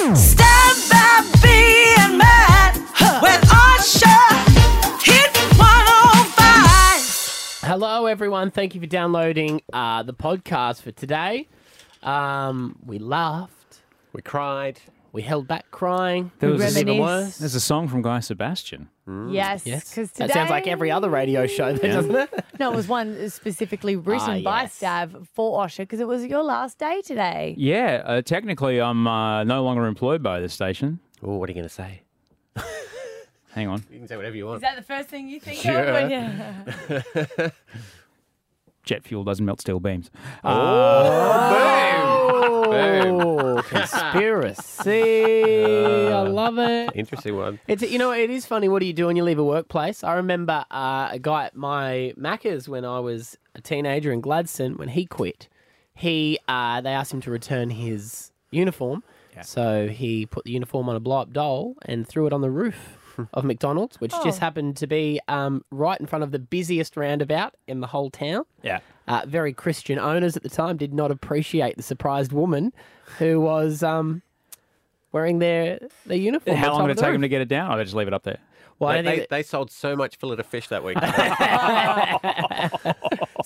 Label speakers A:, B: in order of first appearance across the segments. A: Stand by being mad when Usher hit 105.
B: Hello, everyone. Thank you for downloading uh, the podcast for today. Um, we laughed.
C: We cried.
B: We held back crying.
D: There
B: It
D: was
B: was even
D: a,
B: worse.
D: there's a song from Guy Sebastian.
E: Yes,
B: Yes.
E: because today
B: That sounds like every other radio show, though, doesn't it? Ah,
E: No, it was one specifically written by
B: yes.
E: Stav for Osher because it was your last day today.
D: Yeah, uh, technically, I'm uh, no longer employed by the station.
C: Oh, what are you going to say?
D: Hang on,
C: You can say whatever you want.
E: Is that the first thing you think
C: Yeah.
E: of? When you...
D: jet fuel doesn't melt steel beams. Uh,
B: Oh, conspiracy. I love it.
C: Uh, Interesting one.
B: It's you know it is funny. What do you do when you leave a workplace? I remember uh, a guy at my Macca's when I was a teenager in Gladstone when he quit. He uh, they asked him to return his uniform, so he put the uniform on a blow up doll and threw it on the roof of McDonald's, which just
E: Oh.
B: happened to be um, right in front of the busiest roundabout in the whole town.
D: Yeah.
B: Uh, very Christian owners at the time did not appreciate the surprised woman who was um, wearing their their uniform.
D: How
B: on
D: long
B: top of
D: did it
B: the
D: take
B: roof.
D: him to get it down? Oh, they just leave it up there.
B: Well, I
C: They,
B: don't think
C: they,
B: that-
C: they sold so much fillet of fish that week.
B: so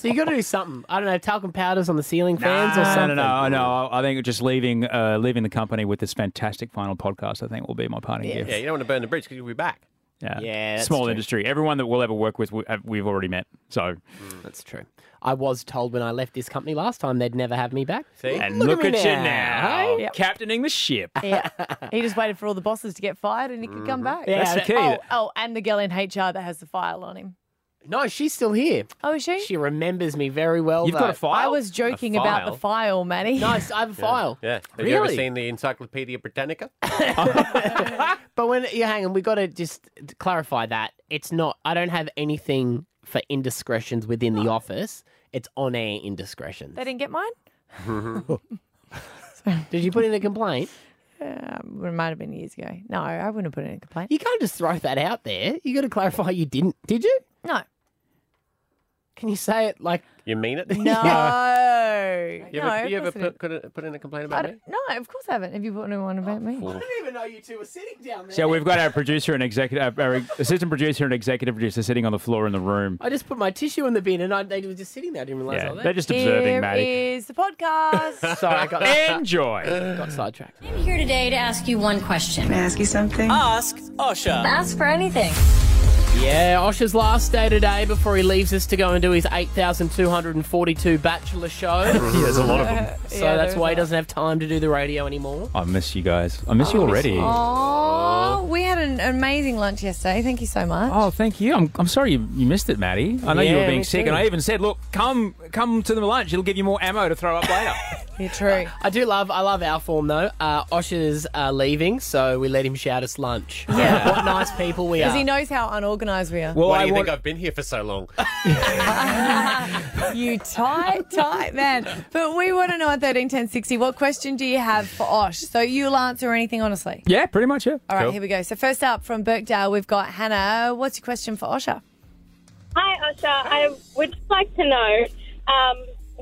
B: you got to do something. I don't know, talcum powders on the ceiling fans or
D: no,
B: something.
D: no, no, no. I think just leaving uh, leaving the company with this fantastic final podcast, I think, will be my parting
C: yeah,
D: gift.
C: you don't want to burn the bridge because you'll be back.
D: Yeah,
B: Yeah, that's
D: Small
B: true.
D: industry. Everyone that we'll ever work with, we- uh, we've already met. So,
B: Mm, That's true. I was told when I left this company last time they'd never have me back.
C: See?
D: and
B: Look
D: look,
B: at
D: at,
B: me
D: you
B: now,
D: now,
E: Yep.
D: captaining the ship.
E: yeah. He just waited for all the bosses to get fired and he could come back.
B: Yeah, Mm-hmm. That's the
D: key.
E: Oh, oh, and the girl in HR that has the file on him.
B: No, she's still here.
E: Oh, is she?
B: She remembers me very well.
D: You've
B: though.
D: got a file.
E: I was joking about the file, Manny.
B: Nice, I have a file.
C: Yeah. Have
B: really.
C: you ever seen the Encyclopedia Britannica?
B: But when you hang on, we got to just clarify that it's not. I don't have anything for indiscretions within the office. It's on-air indiscretions.
E: They didn't get mine?
B: Did you put in a complaint?
E: Um, it might have been years ago. No, I wouldn't have put in a complaint.
B: You can't just throw that out there. You got to clarify. You didn't, did you?
E: No.
B: Can you say it like
C: You mean it?
E: No.
C: You
E: no,
C: ever,
E: of
C: you ever
E: course I didn't.
C: put, could- put in a complaint
E: I
C: about me?
E: don't- no, of course I haven't. Have you put in one about me?
C: Fool.
B: didn't even know you two were sitting down there.
D: So we've got our producer and executive, our assistant producer and executive producer sitting on the floor in the room.
B: I just put my tissue in the bin and I, they were just sitting there. I didn't realize
D: Yeah,
B: all
D: they're
B: that.
D: just
E: Here
D: observing, Maddie.
E: is the podcast.
B: Sorry, I got,
D: Enjoy.
B: got sidetracked.
F: I'm here today to ask you one question.
G: ask you something?
H: Ask Osha.
F: Ask for anything.
B: Yeah, Osh's last day today before he leaves us to go and do his 8,242 Bachelor show.
D: There's a lot of them.
B: so that's why he doesn't have time to do the radio anymore.
D: I miss you guys. I miss you already.
E: Oh, we had an amazing lunch yesterday. Thank you so much.
D: Oh, thank you. I'm, I'm sorry you, you missed it, Maddie. I know you
B: Yeah,
D: were
B: me
D: being sick,
B: too.
D: and I even said, "Look, come come to the lunch. It'll give you more ammo to throw up later."
E: You're true.
B: I do love, I love our form though. Uh, Osh is uh, leaving, so we let him shout us lunch. Yeah. what nice people we are.
E: Because he knows how unorganised we are.
D: well,
C: Why do
D: I
C: you
D: want,
C: think I've been here for so long?
E: You tight, tight man. But we want to know at 13, 10, 60, what question do you have for Osh? So you'll answer anything honestly.
D: yeah, pretty much. Yeah.
E: All right,
C: Cool.
E: here we go. So first up from Birkdale, we've got Hannah. What's your question for Osha?
C: Ah,
I: Hi, Usher. I would just like to know um,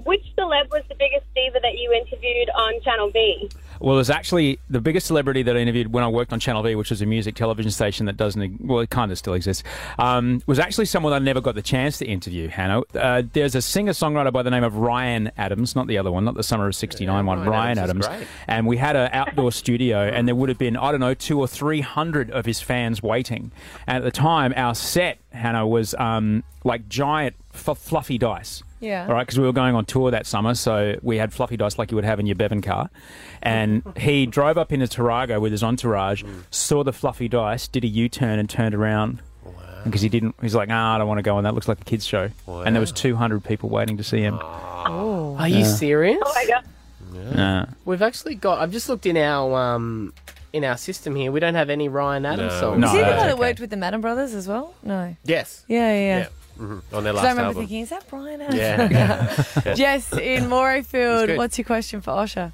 I: which celeb was the biggest diva that you interviewed on Channel B?
D: Well, there's actually the biggest celebrity that I interviewed when I worked on Channel V, which was a music television station that doesn't, e-, well, it kind of still exists, um, was actually someone I never got the chance to interview, Hannah. Uh, there's a singer songwriter by the name of Ryan Adams, not the other one, not the Summer of 69 one,
C: Ryan
D: Ryan,
C: Adams
D: Adams.
C: is great.
D: And we had an outdoor studio, and there would have been, I don't know, two or 300 of his fans waiting. And at the time, our set, Hannah, was um, like giant f- fluffy dice.
E: Yeah.
D: All right, because we were going on tour that summer, so we had fluffy dice like you would have in your Bevan car. And he drove up in a Tarago with his entourage, saw the fluffy dice, did a U turn, and turned around. Because he didn't, he's like, ah, I don't want to go on that. Looks like a kids show. And there was 200 people waiting to see him.
B: Are you serious?
I: Oh, my God.
D: Uh,
B: We've actually got. I've just looked in our um in our system here. We don't have any Ryan Adams
C: No.
B: songs.
D: No.
E: Is he the
D: that's
E: guy that
D: okay.
E: worked with the Madden Brothers as well? No.
C: yes.
E: Yeah, yeah. yeah.
C: Yeah. hmm On their
E: 'Cause I
C: last
E: remember
C: album.
E: thinking, is that Brian?
C: yeah.
E: Jess in Morayfield,
C: good.
E: what's your question for Osha?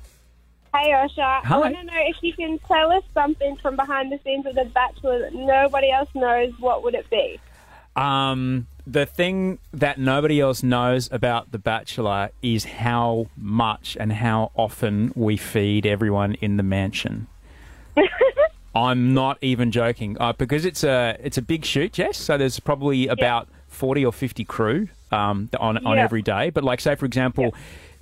I: Hey, Usher.
D: Hi.
I: I want to know if you can tell us something from behind the scenes of The Bachelor that nobody else knows, what would it be?
D: Um, the thing that nobody else knows about The Bachelor is how much and how often we feed everyone in the mansion. I'm not even joking uh, because it's a it's a big shoot, Jess. So there's probably about forty or fifty crew um, th- on on
I: Yeah.
D: every day. But like, say for example,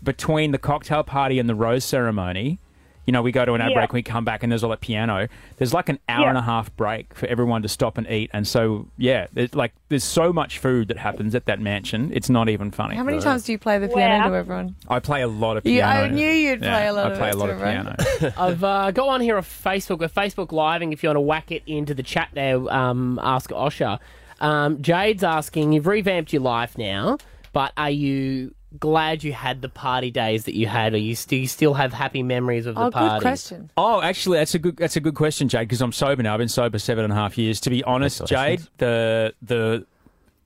D: between the cocktail party and the rose ceremony, you know, we go to an ad
I: Yeah.
D: break, and we come back, and there's all that piano. There's like an hour
I: Yeah.
D: and a half break for everyone to stop and eat. And so yeah, there's like there's so much food that happens at that mansion. It's not even funny.
E: How many times do you play the piano
I: Wow.
E: to everyone?
D: I play a lot of piano.
E: Yeah, I knew you'd play a lot
D: I
E: of
D: play
E: it
D: a lot
E: to
D: of
E: everyone.
D: piano.
B: I've uh, got one here on Facebook. We're Facebook Live, and if you want to whack it into the chat there, um, ask Osha. Um, Jade's asking, you've revamped your life now, but are you glad you had the party days that you had? Or you, st- you still have happy memories of the
E: Oh,
B: party?
E: good question.
D: Oh, actually, that's a good that's a good question, Jade. Because I'm sober now. I've been sober seven and a half years. To be honest, Jade, the the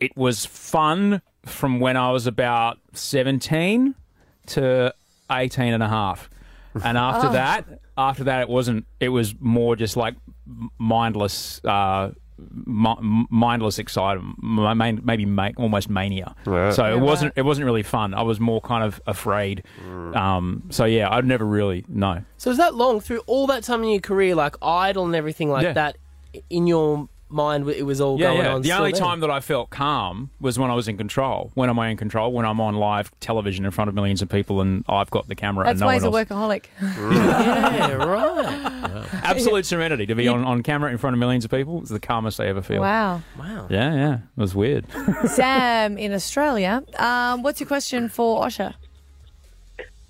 D: it was fun from when I was about 17 to 18 and a half, and
E: Oh.
D: after that, after that, it wasn't. It was more just like m- mindless. Uh, mi- m- mindless excitement, m- main- maybe ma- almost mania. So it wasn't. It wasn't really fun. I was more kind of afraid. Um, so yeah, I'd never really no.
B: So is that long through all that time in your career, like idle and everything like
D: Yeah.
B: that? In your mind, it was all going on.
D: The
B: still
D: only
B: then?
D: time that I felt calm was when I was in control. When am I in control? When I'm on live television in front of millions of people and I've got the camera
E: That's
D: and no
E: why he's
D: one
E: a
D: else.
E: workaholic.
B: yeah, right.
D: Absolute serenity to be on, on camera in front of millions of people is the calmest I ever feel.
E: Wow.
B: Wow.
D: Yeah, yeah. It was weird.
E: Sam in Australia. Um, what's your question for Osha?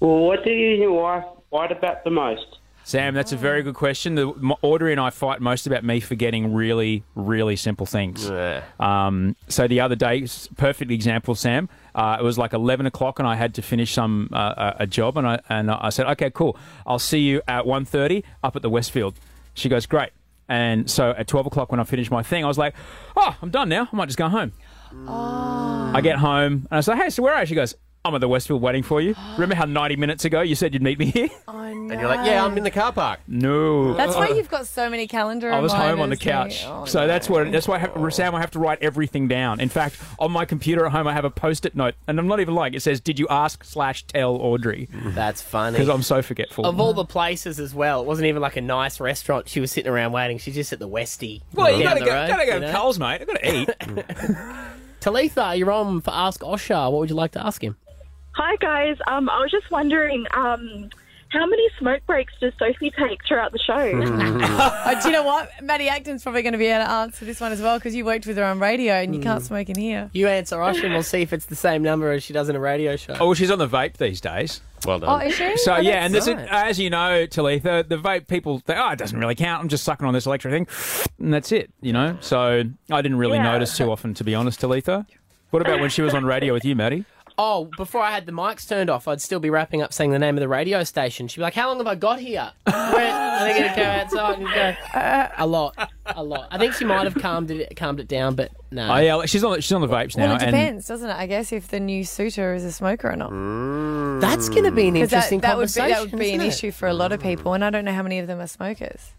G: Well, what do you and your wife fight about the most?
D: Sam, that's a very good question. The, m Audrey and I fight most about me forgetting really, really simple things. Um, so the other day, s- perfect example, Sam. Uh, it was like eleven o'clock, and I had to finish some uh, a- a job, and I and I said, "Okay, cool. I'll see you at 1.30 up at the Westfield." She goes, "Great." And so at twelve o'clock, when I finished my thing, I was like, "Oh, I'm done now. I might just go home." I get home, and I say, "Hey, so where are you?" She goes, "I'm at the Westfield waiting for you. Remember how ninety minutes ago you said you'd meet me here?"
E: I know.
C: And you're like, yeah, I'm in the car park.
D: no.
E: Oh, That's why you've got so many calendar
D: I was home on the
E: reminders,
D: couch,
E: don't you? Oh,
D: so that's what. That's why I have, Sam, I have to write everything down. In fact, on my computer at home, I have a post-it note, and I'm not even lying. It says, "Did you ask slash tell Audrey?"
B: That's funny.
D: Because I'm so forgetful.
B: Of all the places as well, it wasn't even like a nice restaurant. She was sitting around waiting. She's just at the Westie.
D: well, you
B: down
D: gotta
B: the
D: go,
B: road,
D: gotta go
B: you
D: to
B: know?
D: Coles, mate. I gotta eat.
B: Talitha, you're on for Ask Osha. What would you like to ask him?
H: Hi guys, um, I was just wondering um, how many smoke breaks does Sophie take throughout the show?
E: Uh, do you know what? Maddie Acton's probably going to be able to answer this one as well because you worked with her on radio and
B: Hmm.
E: you can't smoke in here.
B: You answer Osha and we'll see if it's the same number as she does in a radio show.
D: oh, well, she's on the vape these days.
C: Well
E: Oh,
C: done.
E: is she?
D: So
E: Oh,
D: yeah, and this
E: that's-
D: is, as you know, Talitha, the vape people. They, oh, it doesn't really count. I'm just sucking on this electric thing, and that's it. You know. So I didn't really
H: Yeah.
D: notice too often, to be honest, Talitha. What about when she was on radio with you, Maddie?
B: Oh, before I had the mics turned off, I'd still be wrapping up saying the name of the radio station. She'd be like, How long have I got here? Where are they going to go outside and go? A lot. A lot. I think she might have calmed it calmed it down, but no.
D: Oh yeah, like, she's on she's on the vapes now.
E: Well, it
D: and-
E: depends, doesn't it? I guess if the new suitor is a smoker or not.
B: That's going to be an
E: 'Cause that,
B: interesting
E: that would be,
B: conversation.
E: that would be an
B: isn't it?
E: issue for a lot of people, and I don't know how many of them are smokers.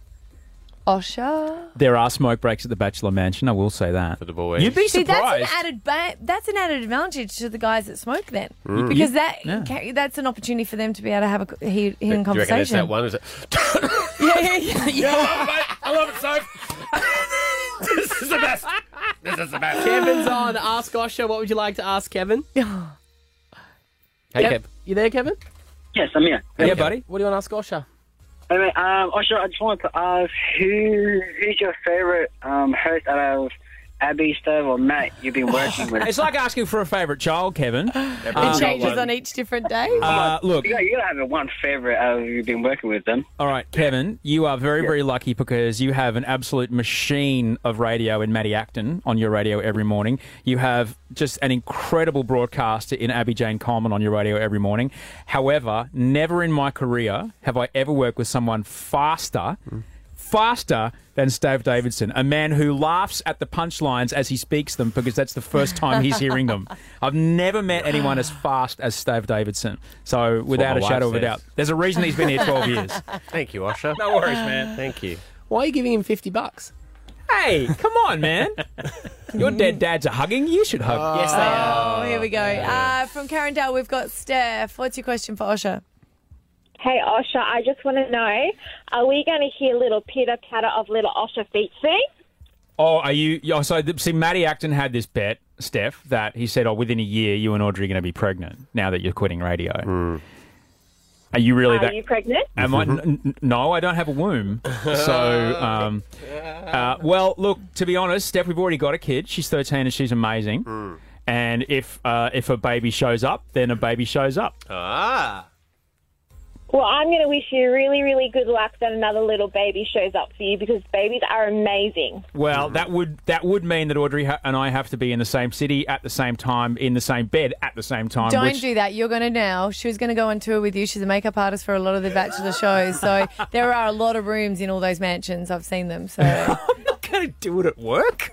E: Osha.
D: There are smoke breaks at the Bachelor Mansion. I will say that.
C: For the boys.
D: You'd be
E: See,
D: surprised.
E: that's an added ba- that's an added advantage to the guys that smoke then, because that
D: Mm. Yeah.
E: ca- that's an opportunity for them to be able to have a c- he- hidden
C: Do you reckon it's
E: conversation.
C: that one? Is it?
E: Yeah, yeah, yeah.
C: I love it, Soph. this is the best. This is the best.
B: Kevin's on Ask Osha. What would you like to ask Kevin?
C: Hey,
B: Kev. You there, Kevin?
G: Yes, I'm here.
D: yeah, buddy.
B: What do you want to ask Osha?
G: Hey, mate, um, Osha, I just wanted to ask who who's your favourite um, host out of Abby, Stove, or Matt you've been working with?
D: It's like asking for a favourite child, Kevin.
E: It
D: Um,
E: changes on each different day.
D: Uh, look,
G: You gotta, you gotta have one favourite out of you've been working with them.
D: all right, Kevin, you are very, very lucky because you have an absolute machine of radio in Maddie Acton on your radio every morning. You have just an incredible broadcaster in Abby Jane Coleman on your radio every morning. However, never in my career have I ever worked with someone faster. faster than Stave Davidson, a man who laughs at the punchlines as he speaks them because that's the first time he's hearing them. I've never met anyone as fast as Stave Davidson. So, without
C: my
D: a
C: wife
D: shadow of a
C: says.
D: doubt, there's a reason he's been here 12 years.
C: Thank you, Osha.
D: No worries, man.
C: Thank you.
B: Why are you giving him 50 bucks?
D: Hey, come on, man. Your dead dads are hugging. You should hug.
B: yes, they are.
E: Oh, here we go. Uh, from Carindale, we've got Steph. What's your question for Osha?
I: Hey, Osha, I just want to know are we going to hear little pitter patter of little Osha feet sing?
D: Oh, are you? yeah, So, th- see, Matty Acton had this bet, Steph, that he said, oh, within a year, you and Audrey are going to be pregnant now that you're quitting radio. Are you really
I: Are
D: that?
I: you pregnant?
D: Am I?
B: Mm-hmm.
D: N- n- no, I don't have a womb. So, um, uh, well, look. To be honest, Steph, we've already got a kid. She's 13 and she's amazing. And if uh, if a baby shows up, then a baby shows up.
J: Ah.
I: Well, I'm going to wish you really, really good luck that another little baby shows up for you because babies are amazing.
D: Well, that would that would mean that Audrey ha- and I have to be in the same city at the same time, in the same bed at the same time.
E: Don't
D: which-
E: do that. You're going to now. She was going to go on tour with you. She's a makeup artist for a lot of the Bachelor shows. So there are a lot of rooms in all those mansions. I've seen them. So
D: going to do it at work.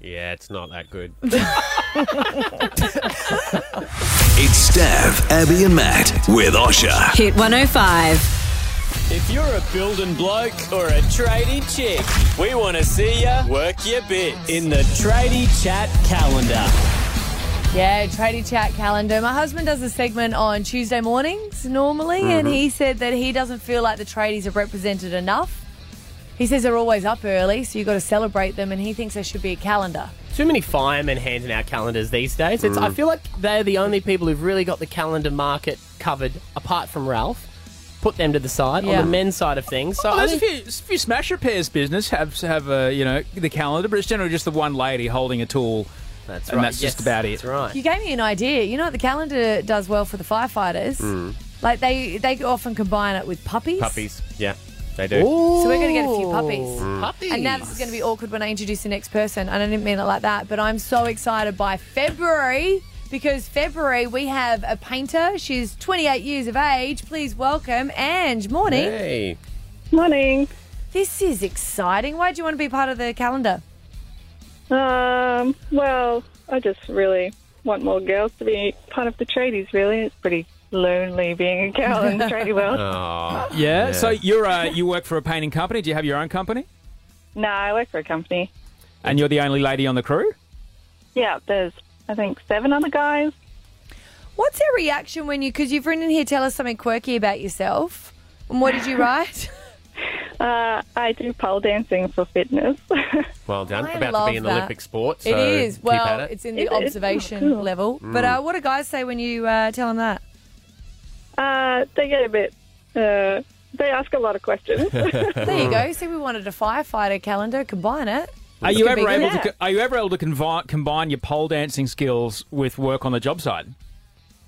J: Yeah, it's not that good.
K: It's Steph, Abby, and Matt with Osha.
L: Hit 105.
M: If you're a building bloke or a tradie chick, we want to see ya work your bit in the tradie chat calendar.
E: Yeah, tradie chat calendar. My husband does a segment on Tuesday mornings normally, and
M: Mhm.
E: he said that he doesn't feel like the tradies are represented enough. He says they're always up early, so you got to celebrate them, and he thinks there should be a calendar.
B: Too many firemen handing out calendars these days. It's, I
E: Mm.
B: feel like they're the only people who've really got the calendar market covered, apart from Ralph. Put them to the side
D: Yeah.
B: on the men's side of things. So
D: Well,
B: I
D: there's a
B: think-
D: few, a few smash repairs business have have uh, you know the calendar, but it's generally just the one lady holding a tool. That's and
B: right,
D: That's
B: yes,
D: just about it. That's
E: You
D: right.
E: gave me an idea. You know what the calendar does well for the firefighters? Like they they often combine it with puppies.
J: Mm. Puppies. Yeah, they do.
E: So we're going to get a few puppies.
J: Mm.
E: And now this is going to be awkward when I introduce the next person. And I didn't mean it like that, but I'm so excited by February because February we have a painter. She's 28 years of age. Please welcome Ange. Morning.
J: Hey.
E: Morning. This is exciting. Why do you want to be part of the calendar?
H: Um, well, I just really want more girls to be part of the tradies, really. It's pretty lonely being a girl in the tradie world.
J: Oh.
D: yeah, So you're uh, you work for a painting company. Do you have your own company?
H: No, I work for a company.
D: And you're the only lady on the crew.
H: Yeah, there's, I think, seven other guys.
E: What's their reaction when you, because you've written in here, tell us something quirky about yourself. And what did you write?
H: Uh, I do pole dancing for fitness.
J: Well done.
E: I
J: About to
E: love
J: be an
E: that.
J: Olympic sport. So
E: it is.
J: keep
E: Well,
J: at it.
E: it's in the
H: Is it?
E: observation
H: Oh, cool.
E: level. But
J: Mm.
E: uh, what do guys say when you uh, tell them that?
H: Uh, they get a bit, uh, they ask a lot of questions.
E: There you go. See, we wanted a firefighter calendar. Combine it.
D: Are
E: This
D: you
E: could be
D: ever
E: good.
D: able to Are you ever able to convi- combine your pole dancing skills with work on the job site?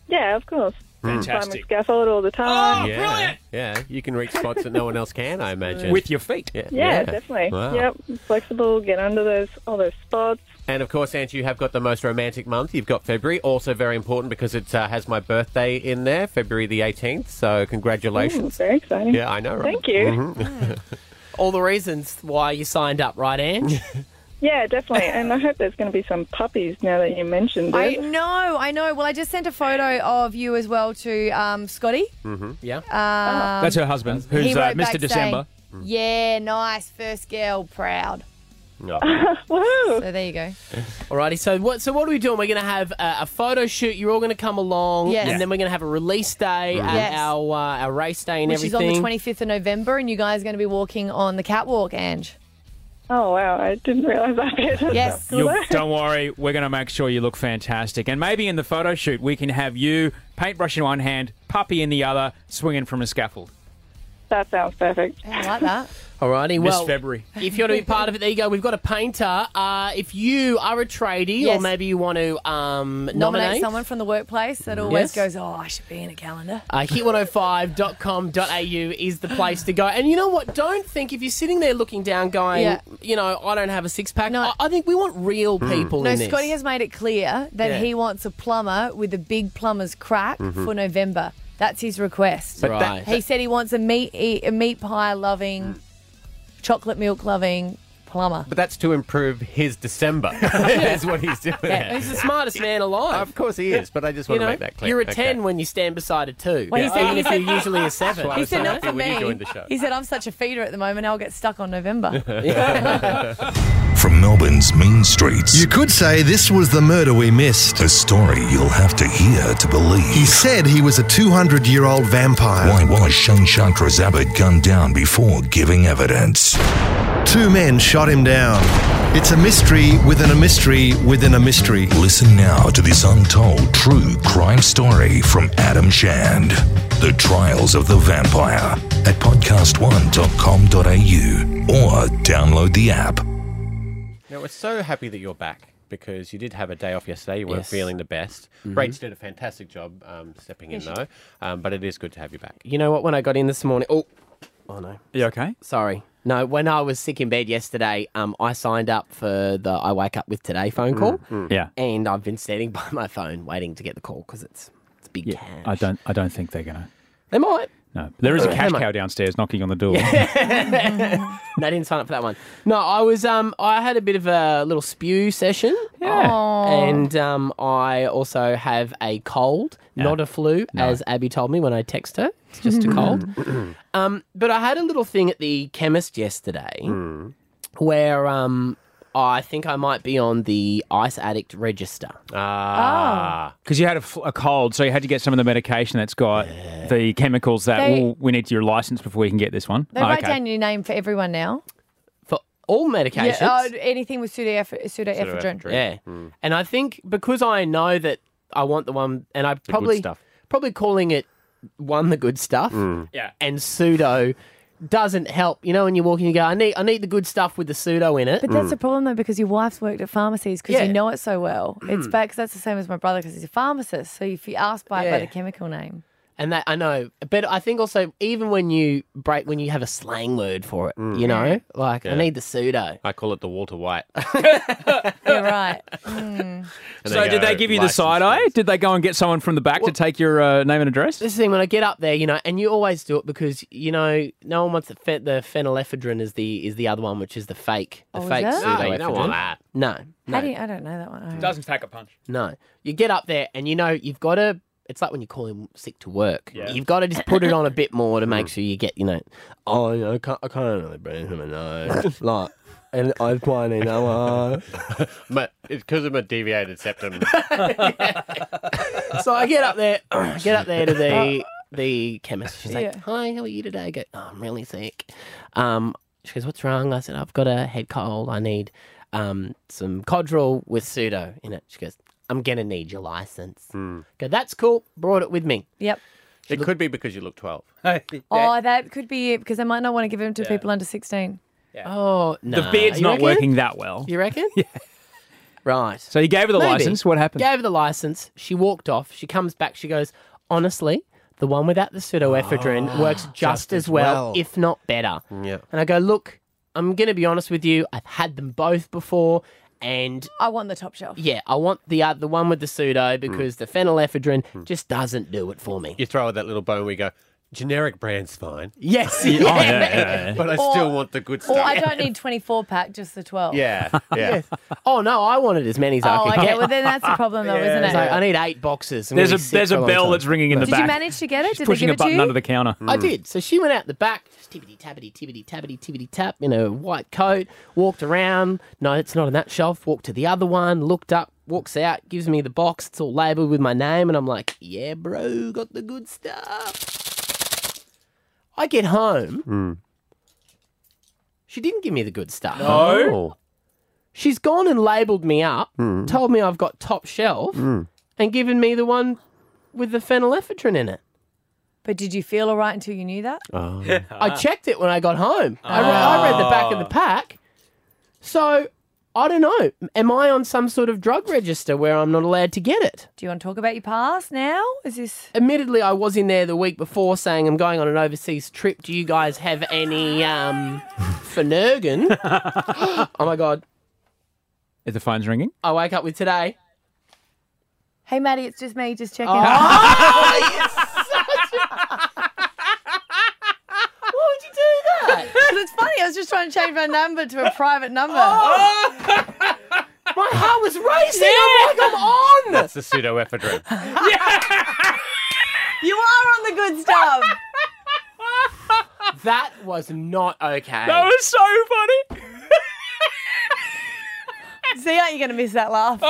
H: Yeah, of course.
J: Mm.
H: Climb a
J: Fantastic.
H: scaffold all the
D: Oh,
E: Oh.
H: time.
J: yeah. Yeah, you can reach spots that no one else can, I imagine.
D: With your feet.
J: Yeah,
H: Yeah, definitely.
J: Wow.
H: Yep, flexible. Get under those all those spots.
J: And of course, Ant, you have got the most romantic month. You've got February, also very important because it uh, has my birthday in there, February the 18th. So
H: Ooh,
J: congratulations.
H: very exciting.
J: yeah, I know, right?
H: Thank you.
J: Mhm.
B: Mm-hmm. all the reasons why you signed up, right, Ange?
H: Yeah, definitely. and I hope there's going to be some puppies now that you mentioned
E: I
H: it.
E: know, I know. Well, I just sent a photo of you as well to um, Scotty.
D: Mm-hmm.
B: Yeah. Um,
D: That's her husband,
E: he
D: who's uh,
E: wrote
D: Mr.
E: back saying,
D: December.
E: yeah, nice. First girl, proud.
H: so
E: there you go.
B: Alrighty, so what? So what are we doing? We're going to have a, a photo shoot. You're all going to come along,
E: Yes.
B: and then we're going to have a release day
E: Mm.
B: and
E: Yes.
B: our uh, our race day and
E: Which
B: everything.
E: is on the 25th of November, and you guys are going to be walking on the catwalk, Ange.
H: Oh, wow. I didn't realise that bit.
E: Yes.
D: You'll, don't worry, we're going to make sure you look fantastic. And maybe in the photo shoot, we can have you paintbrush in one hand, puppy in the other, swinging from a scaffold.
H: That sounds perfect.
E: I like that.
B: Alrighty,
D: Miss
B: well,
D: February.
B: if you want to be part of it, there you go. We've got a painter. Uh, if you are a tradie, or
E: Yes.
B: maybe you want to um, nominate,
E: Nominate someone from the workplace that always
B: Yes.
E: goes, oh, I should be in a calendar.
B: Uh, hit105.com.au is the place to go. And you know what? Don't think if you're sitting there looking down, going,
E: Yeah.
B: you know, I don't have a six pack. I, I think we want real
D: Hmm.
B: people
E: No,
B: in this.
E: Scotty has made it clear that
B: Yeah.
E: he wants a plumber with a big plumber's crack
B: Mhm.
E: for November. That's his request.
B: But that-
E: he said he wants a meat eat, a meat pie loving, chocolate milk loving plumber.
J: But that's to improve his December. that's what he's doing.
B: Yeah, he's the smartest man alive.
J: Of course he is, but I just
B: You
J: want
B: know,
J: to make that clear.
B: You're a
J: Okay.
B: 10 when you stand beside a 2.
E: Well, he said-
B: even
E: he
B: if
E: said-
B: you're usually a 7.
J: That's why I
E: He
J: was
E: said
J: so
E: not
J: happy
E: for
J: when you
E: me.
J: joined the show.
E: He said I'm such a feeder at the moment. I'll get stuck on November.
L: from Melbourne's mean streets. You could say this was the murder we missed. A story you'll have to hear to believe. He said he was a 200 year old vampire. Why was Shane Chankra's Abbott gunned down before giving evidence? Two men shot him down. It's a mystery within a mystery within a mystery. Listen now to this untold true crime story from Adam Shand The Trials of the Vampire at podcast1.com.au or download the app.
J: Now, we're so happy that you're back because you did have a day off yesterday. You weren't
B: Yes.
J: feeling the best.
B: Mhm.
J: Rach did a fantastic job um, stepping in,
B: Yeah, she
J: though. Um, but it is good to have you back.
B: You know what? When I got in this morning, oh, oh no.
D: You okay?
B: Sorry. No, when I was sick in bed yesterday, um, I signed up for the I wake up with today phone call.
D: mm. Yeah.
B: and I've been standing by my phone waiting to get the call because it's it's big cash.
D: I don't. I don't think they're gonna.
B: They might.
D: No, there is a
B: They
D: cash
B: might.
D: cow downstairs knocking on the door.
B: no, I didn't sign up for that one. No, I was um I had a bit of a little spew session.
E: Yeah. Aw.
B: And um I also have a cold, not a flu, as Abby told me when I text her. It's just a cold. um but I had a little thing at the chemist yesterday
J: Mm.
B: Mm. where um I think I might be on the ice addict register.
D: Ah. Because you had a, f- a cold, so you had to get some of the medication that's got the chemicals that
E: They-
D: "Ooh, we need your license before we can get this one.
E: They
D: Oh,
E: write
D: okay.
E: down your name for everyone now.
B: For all medications.
E: Yeah, oh, anything with pseudoeph- pseudoephedrine.
B: Yeah.
J: Mm.
B: And I think because I know that I want the one, and I
E: good
B: probably
E: stuff.
B: probably calling it one the good stuff,
J: Mm.
D: yeah,
B: and pseudo doesn't help. You know, when you walk in, you go, I need I need the good stuff with the pseudo in it.
E: But
J: Mm.
E: that's the problem though, because your wife's worked at pharmacies because
B: Mm. Yeah. Mm.
E: you know it so well. It's bad because that's the same as my brother because he's a pharmacist. So if you ask by it by
B: Yeah.
E: the chemical name,
B: And that I know, but I think also even when you break, when you have a slang word for it, you know, like I
J: Mm. Yeah.
B: need the pseudo.
J: I call it the Walter White.
E: you're right. Mm.
J: And
D: So
J: they
D: did
J: go,
D: they give you the side eye? Did they go and get someone from the back to take your uh, name and address?
B: This is the thing when I get up there, you know, and you always do it because you know no one wants the fe- the phenylephedrine is the is the other one, which is the fake, the
E: Oh, is
B: fake
E: it?
B: pseudoephedrine.
E: No, you don't want that.
B: No, no.
E: How do you, I don't know that one.
D: Doesn't take a punch.
B: No. You get up there and you know you've got to. It's like when you call him sick to work.
D: Yeah.
B: You've got to just put it on a bit more to make sure you get, you know, Mm. oh, you know, I can't, I can't really breathe him a nose. like, and I quite need that one.
J: But it's because of my deviated septum.
B: so I get up there, get up there to
E: Oh.
B: the the chemist. She's like,
A: Yeah.
B: "Hi, how are you today?" I go, oh, "I'm really sick." Um, she goes, "What's wrong?" I said, "I've got a head cold. I need um some Codral with pseudo in it." She goes, "I'm gonna need your license." Go, that's cool. Brought it with me.
E: Yep.
J: It could be because you look 12.
E: Oh, that could be it because they might not want to give them to people under 16.
B: Oh,
D: The beard's not working that well.
B: You reckon? yeah. Right.
D: So you gave her the
B: Maybe.
D: license. What happened?
B: Gave her the license. She walked off. She comes back. She goes, honestly, the one without the pseudoephedrine works Ah, just, as
J: well.
B: well, if not better.
J: Yeah.
B: And I go, look, I'm going to be honest with you. I've had them both before. And
E: I want the top shelf.
B: yeah, I want the uh, the one with the pseudo because the phenylephedrine just doesn't do it for me.
J: Mm. You throw out that little bone, we go, generic brand's fine.
B: Yes.
J: Yeah.
B: Yeah. yeah, yeah.
J: But I
E: Or-
J: still want the good stuff.
E: Or I don't e- need 24 pack, just the 12.
B: Yes. Oh no, I wanted as many as I
E: Oh,
B: could
E: okay.
B: get.
E: Well, then that's the problem, though, isn't
B: It's
E: it?
B: like, I need eight boxes. I'm
D: There's
B: gonna
D: a-
B: be sick
D: there's a
B: for long
D: bell
B: time.
D: that's ringing in the
E: Did you manage to get it? Did they
D: pushing
E: give
D: a
E: it to
D: button
E: you?
D: under the counter.
B: I did. So she went out the back, just tibbity tabbity tibbity tabbity tibbity tap in a white coat, walked around. No, it's not on that shelf. Walked to the other one, looked up, walks out, gives me the box. It's all labeled with my name, and I'm like, yeah, bro, got the good stuff. I get home.
J: Hmm.
B: She didn't give me the good stuff.
J: Oh.
A: No.
B: Oh. She's gone and labeled me up,
A: Hmm.
B: told me I've got top shelf,
J: Hmm.
B: and given me the one with the phenylephedrine in it.
E: But did you feel all right until you knew that?
J: Oh.
B: I checked it when I got home. I, re- I read the back of the pack. So I don't know. Am I on some sort of drug register where I'm not allowed to get it?
E: Do you want to talk about your past now? Is this.
B: Admittedly, I was in there the week before saying I'm going on an overseas trip. Do you guys have any um, Fenergan? oh my god!
D: Is the phone's ringing?
B: I wake up with today.
E: Hey, Maddie, it's just me, just checking. Why would you do that? it's funny. I was just trying to change my number to a private number. Oh.
B: my heart was racing. I'm like, I'm on.
J: That's the pseudoephedrine.
E: You are on the good stuff.
B: That was not okay.
A: That was
D: so funny.
E: See, aren't you going to miss that laugh?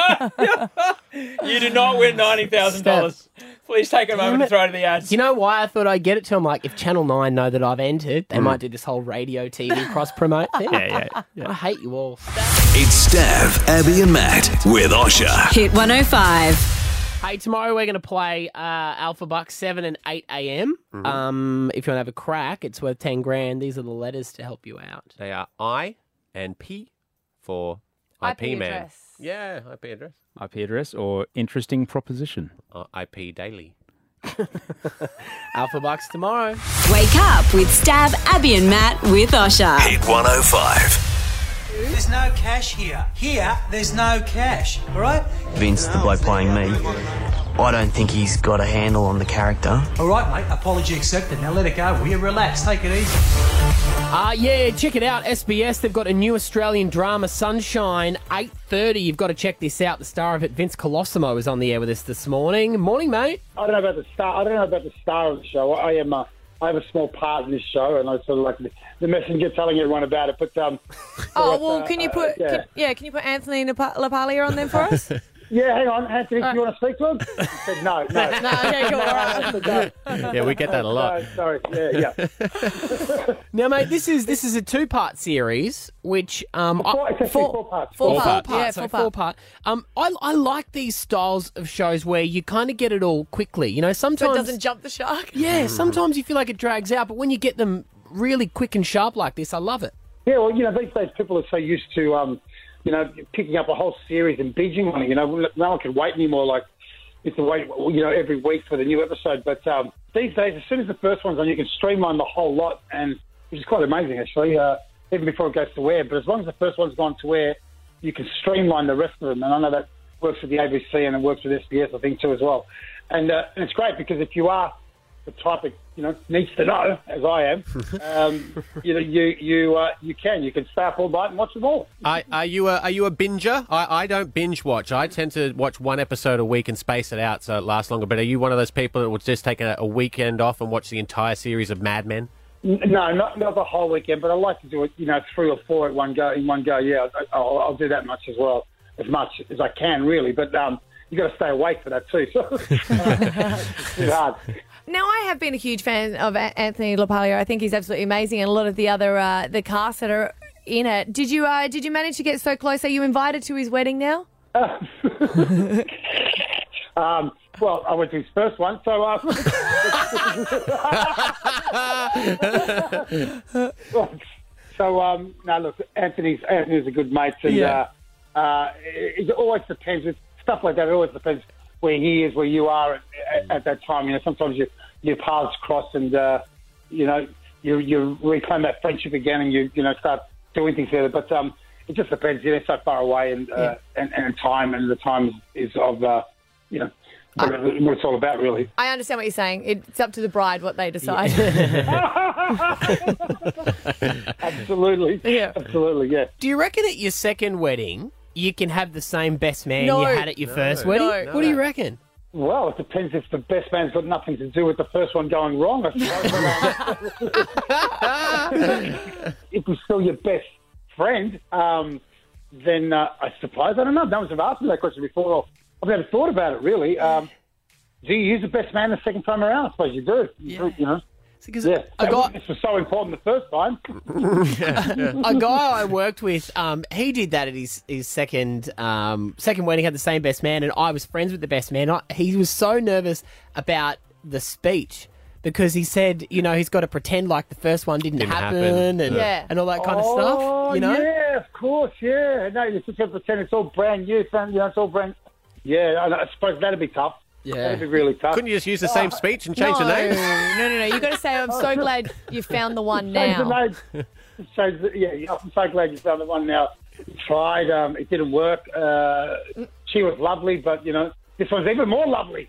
D: You do not win ninety thousand dollars. Please take a moment to throw it in the ads.
B: You know why I thought I'd get it to him? Like, if Channel 9 know that I've entered, they
K: Mm.
B: might do this whole radio TV cross promote thing.
K: Yeah, yeah, yeah.
B: I hate you all.
K: It's Stav, Abby, and Matt with Osha.
B: Hit 105. Hey, tomorrow we're going to play uh, Alpha Bucks 7 and 8 a.m.
J: Mhm.
B: Um, if you want to have a crack, it's worth 10 grand. These are the letters to help you out.
J: They are I and P for IP, man. Yeah, IP address.
D: IP address or interesting proposition.
J: Uh, IP daily.
B: Alpha Bucks tomorrow.
N: Wake up with Stab, Abby, and Matt with Osha.
K: Hit 105.
O: There's no cash here. Here, there's no cash. All right?
P: convinced that by playing me, I don't think he's got a handle on the character.
O: All right, mate. Apology accepted. Now let it go. Will you relax? Take it easy.
B: Uh, yeah, check it out. SBS, they've got a new Australian drama, Sunshine, 8.30. You've got to check this out. The star of it, Vince Colosimo, is on the air with us this morning. Morning, mate.
Q: I don't know about the star. I don't know about the star of the show. I am. A, I have a small part in this show, and I sort of like the, the messenger telling everyone about it. But um,
E: oh,
Q: but,
E: well,
Q: uh,
E: can you
Q: uh,
E: put,
Q: yeah.
E: can, yeah, can you put Anthony Napa- LaPaglia on there for us?
Q: yeah, hang on, Anthony, do you want to speak to him? He said no, no.
E: uh, No, okay, cool, all right.
Q: I said no.
J: Yeah, we get that a lot.
Q: No, sorry. Yeah, yeah.
B: Now, mate, this is this is a two part series, which um
Q: Four- it's
B: I,
Q: actually four parts.
B: four,
Q: Four
B: part,
Q: part. Yeah,
B: so
Q: four
B: four part. Um, I I like these styles of shows where you kind of get it all quickly. You know, sometimes
E: so it doesn't jump the shark?
B: Yeah, sometimes you feel like it drags out, but when you get them really quick and sharp like this, I love it.
Q: Yeah, well, you know, these days people are so used to, um, you know, picking up a whole series and binging on it. You know, no one can wait anymore. Like, it's to wait, you know, every week for the new episode. But um, these days, as soon as the first one's on, you can streamline the whole lot, and which is quite amazing actually. Uh, even before it goes to air, but as long as the first one's gone to air, you can streamline the rest of them. And I know that works with the ABC and it works with SBS, I think too as well. And, uh, and it's great because if you are the type of you know needs to know as I am, um, you know you you uh, you can you can stay up all night and watch them all.
J: I, are you a are you a binger? I, I don't binge watch. I tend to watch one episode a week and space it out so it lasts longer. But are you one of those people that will just take a, a weekend off and watch the entire series of Mad Men?
Q: N- No, not not the whole weekend, but I like to do it. You know, three or four at one go in one go. Yeah, I, I'll, I'll do that much as well, as much as I can really. But um, you got to stay awake for that too. So it's hard.
E: Now, I have been a huge fan of A- Anthony LaPaglia. I think he's absolutely amazing, and a lot of the other uh, the cast that are in it. Did you uh, did you manage to get so close? Are you invited to his wedding now?
Q: Um, well, I went to his first one, so. Uh, so um, now look, Anthony's Anthony's a good mate, and
R: Yeah.
Q: uh, uh, it, it always depends with stuff like that. It always depends where he is, where you are at, at, at that time. You know, sometimes your your paths cross, and uh, you know you you reclaim that friendship again, and you you know start doing things together. But um, it just depends. You know, so far away, and uh, and, and time, and the time is, is of uh, you know. What, it- what it's all about, really.
E: I understand what you're saying. It's up to the bride what they decide.
Q: Absolutely.
E: Yeah.
Q: Absolutely, yeah.
B: Do you reckon at your second wedding you can have the same best man
Q: No.
B: you had at your
Q: No.
B: first wedding?
Q: No.
B: What do you reckon?
Q: Well, it depends if the best man's got nothing to do with the first one going wrong. I suppose. if he's still your best friend, um, then uh, I suppose I don't know. No one's ever asked me that question before. Or I've never thought about it really. Um, do you use the best man the second time around? I suppose you do. You, do, you know. Yeah,
B: I got-
Q: this was so important the first time.
B: a guy I worked with, um, he did that at his his second um, second wedding. Had the same best man, and I was friends with the best man. I, he was so nervous about the speech because he said, you know, he's got to pretend like the first one didn't,
Q: Didn't
B: happen,
Q: happen.
B: and
Q: Yeah.
B: and all that kind of
Q: Oh,
B: stuff. You know,
Q: Yeah, of course, yeah. No, you just have to pretend it's all brand new, son. You know, it's all brand. Yeah, I, I suppose that'd be tough.
J: Yeah.
Q: that'd be really tough.
J: Couldn't you just use the same speech and change
E: no,
J: the name?
E: no, no, no. You got to say, I'm so glad you found the one
Q: Change the
E: now.
Q: name. Change the- yeah, I'm so glad you found the one now. Tried, um, it didn't work. Uh, she was lovely, but you know, this one's even more lovely.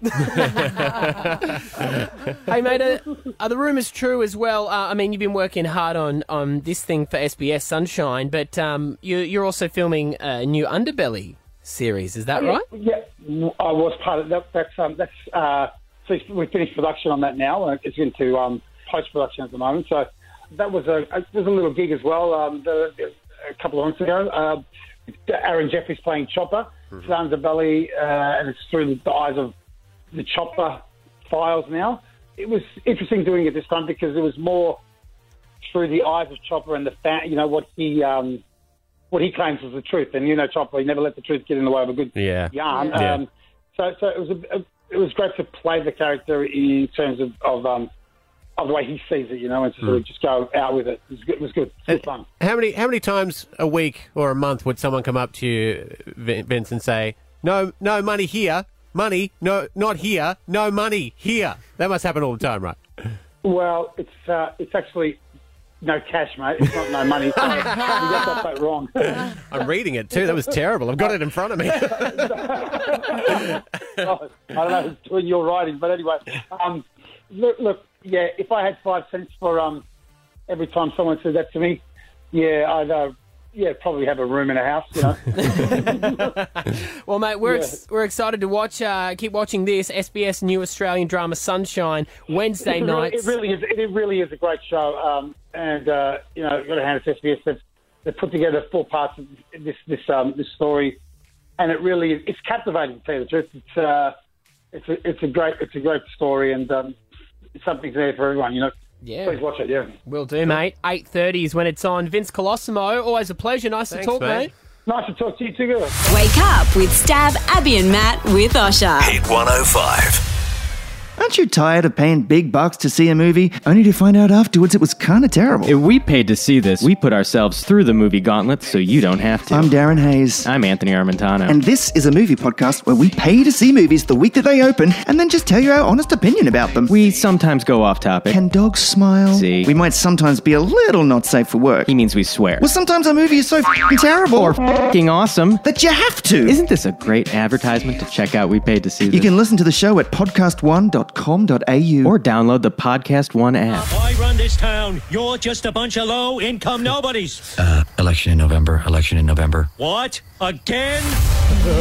B: hey mate, are, are the rumours true as well? Uh, I mean, you've been working hard on on this thing for SBS Sunshine, but um, you, you're also filming a new Underbelly series. Is that
Q: Oh, yeah.
B: right?
Q: Yeah, I was part of that. That's um, that's uh, so we finished production on that now, and it's into um, post production at the moment. So that was a, a was a little gig as well. Um, the, a couple of months ago, uh, Aaron Jeffries playing Chopper, Sansa Belli, uh, and it's through the eyes of the Chopper files now. It was interesting doing it this time because it was more through the eyes of Chopper and the fa- you know what he um, what he claims was the truth. And you know Chopper, he never let the truth get in the way of a good
J: Yeah.
Q: yarn.
J: Yeah.
Q: Um, so so it was a, a- it was great to play the character in terms of, of um, of the way he sees it, you know, and to sort of
J: Mm.
Q: just go out with it. It was good. It was good. It was
J: Eh.
Q: fun.
J: How many how many times a week or a month would someone come up to you, Vin- Vince, and say, "No, no money here, money, no, not here, no money here"? That must happen all the time, right?
Q: Well, it's uh, it's actually no cash, mate. It's not no money. Sorry, you got that bit wrong.
J: I'm reading it too. That was terrible. I've got it in front of me.
Q: Oh, I don't know who's doing your writing, but anyway, um, look, look, yeah. If I had five cents for um, every time someone said that to me, yeah, I'd uh, yeah probably have a room in a house, you know.
B: Well, mate, we're, ex- we're excited to watch. Uh, keep watching this SBS new Australian drama Sunshine Wednesday
Q: It really-
B: nights.
Q: It really is. It really is a great show. Um, and uh, you know, got to hand it to SBS. They've, they've put together four parts of this this um, this story, and it really is, it's captivating. To tell you the truth, it's uh, it's a, it's a great it's a great story, and um, something's there for everyone. You know,
B: Yeah.
Q: please watch it. Yeah,
B: will do, mate. Eight thirty is when it's on. Vince Colosimo, always a pleasure. Nice
Q: Thanks,
B: to talk,
Q: mate.
B: mate.
Q: Nice to talk to you too.
N: Wake up with Stab, Abby, and Matt with Osha.
K: Hit 105.
R: Aren't you tired of paying big bucks to see a movie only to find out afterwards it was kind of terrible?
S: If we paid to see this, we put ourselves through the movie gauntlet so you don't have to.
R: I'm Darren Hayes.
S: I'm Anthony Armentano.
R: And this is a movie podcast where we pay to see movies the week that they open and then just tell you our honest opinion about them.
S: we sometimes go off topic.
R: Can dogs smile?
S: See.
R: We might sometimes be a little not safe for work.
S: He means we swear.
R: Well, sometimes a movie is so fing terrible
S: or fucking awesome
R: that you have to.
S: Isn't this a great advertisement to check out? We paid to see this.
R: You can listen to the show at podcast1.com.au
S: or download the Podcast One app.
T: I run this town. You're just a bunch of low income nobodies.
U: Uh, election in November. Election in November.
T: What? Again?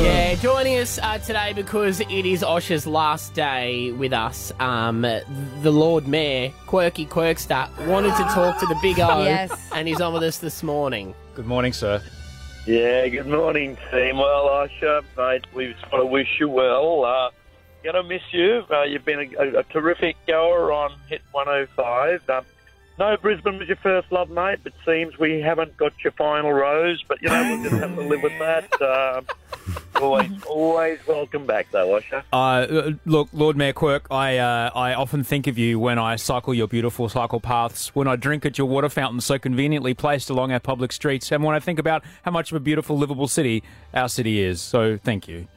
B: Yeah, joining us uh, today because it is Osha's last day with us. Um, the Lord Mayor, Quirky Quirkster, wanted to talk to the Big O,
V: Yes.
B: and he's on with us this morning.
D: Good morning, sir.
V: Yeah, good morning, team. Well, Aisha, mate, we just want to wish you well. Uh, gonna miss you. Uh, you've been a, a, a terrific goer on Hit 105. Um, no, Brisbane was your first love, mate. It seems we haven't got your final rose, but you know we'll just have to live with that. Um, always, always welcome back, though, Aisha.
D: Uh, look, Lord Mayor Quirk, I uh, I often think of you when I cycle your beautiful cycle paths, when I drink at your water fountain so conveniently placed along our public streets, and when I think about how much of a beautiful, livable city our city is. So, thank you.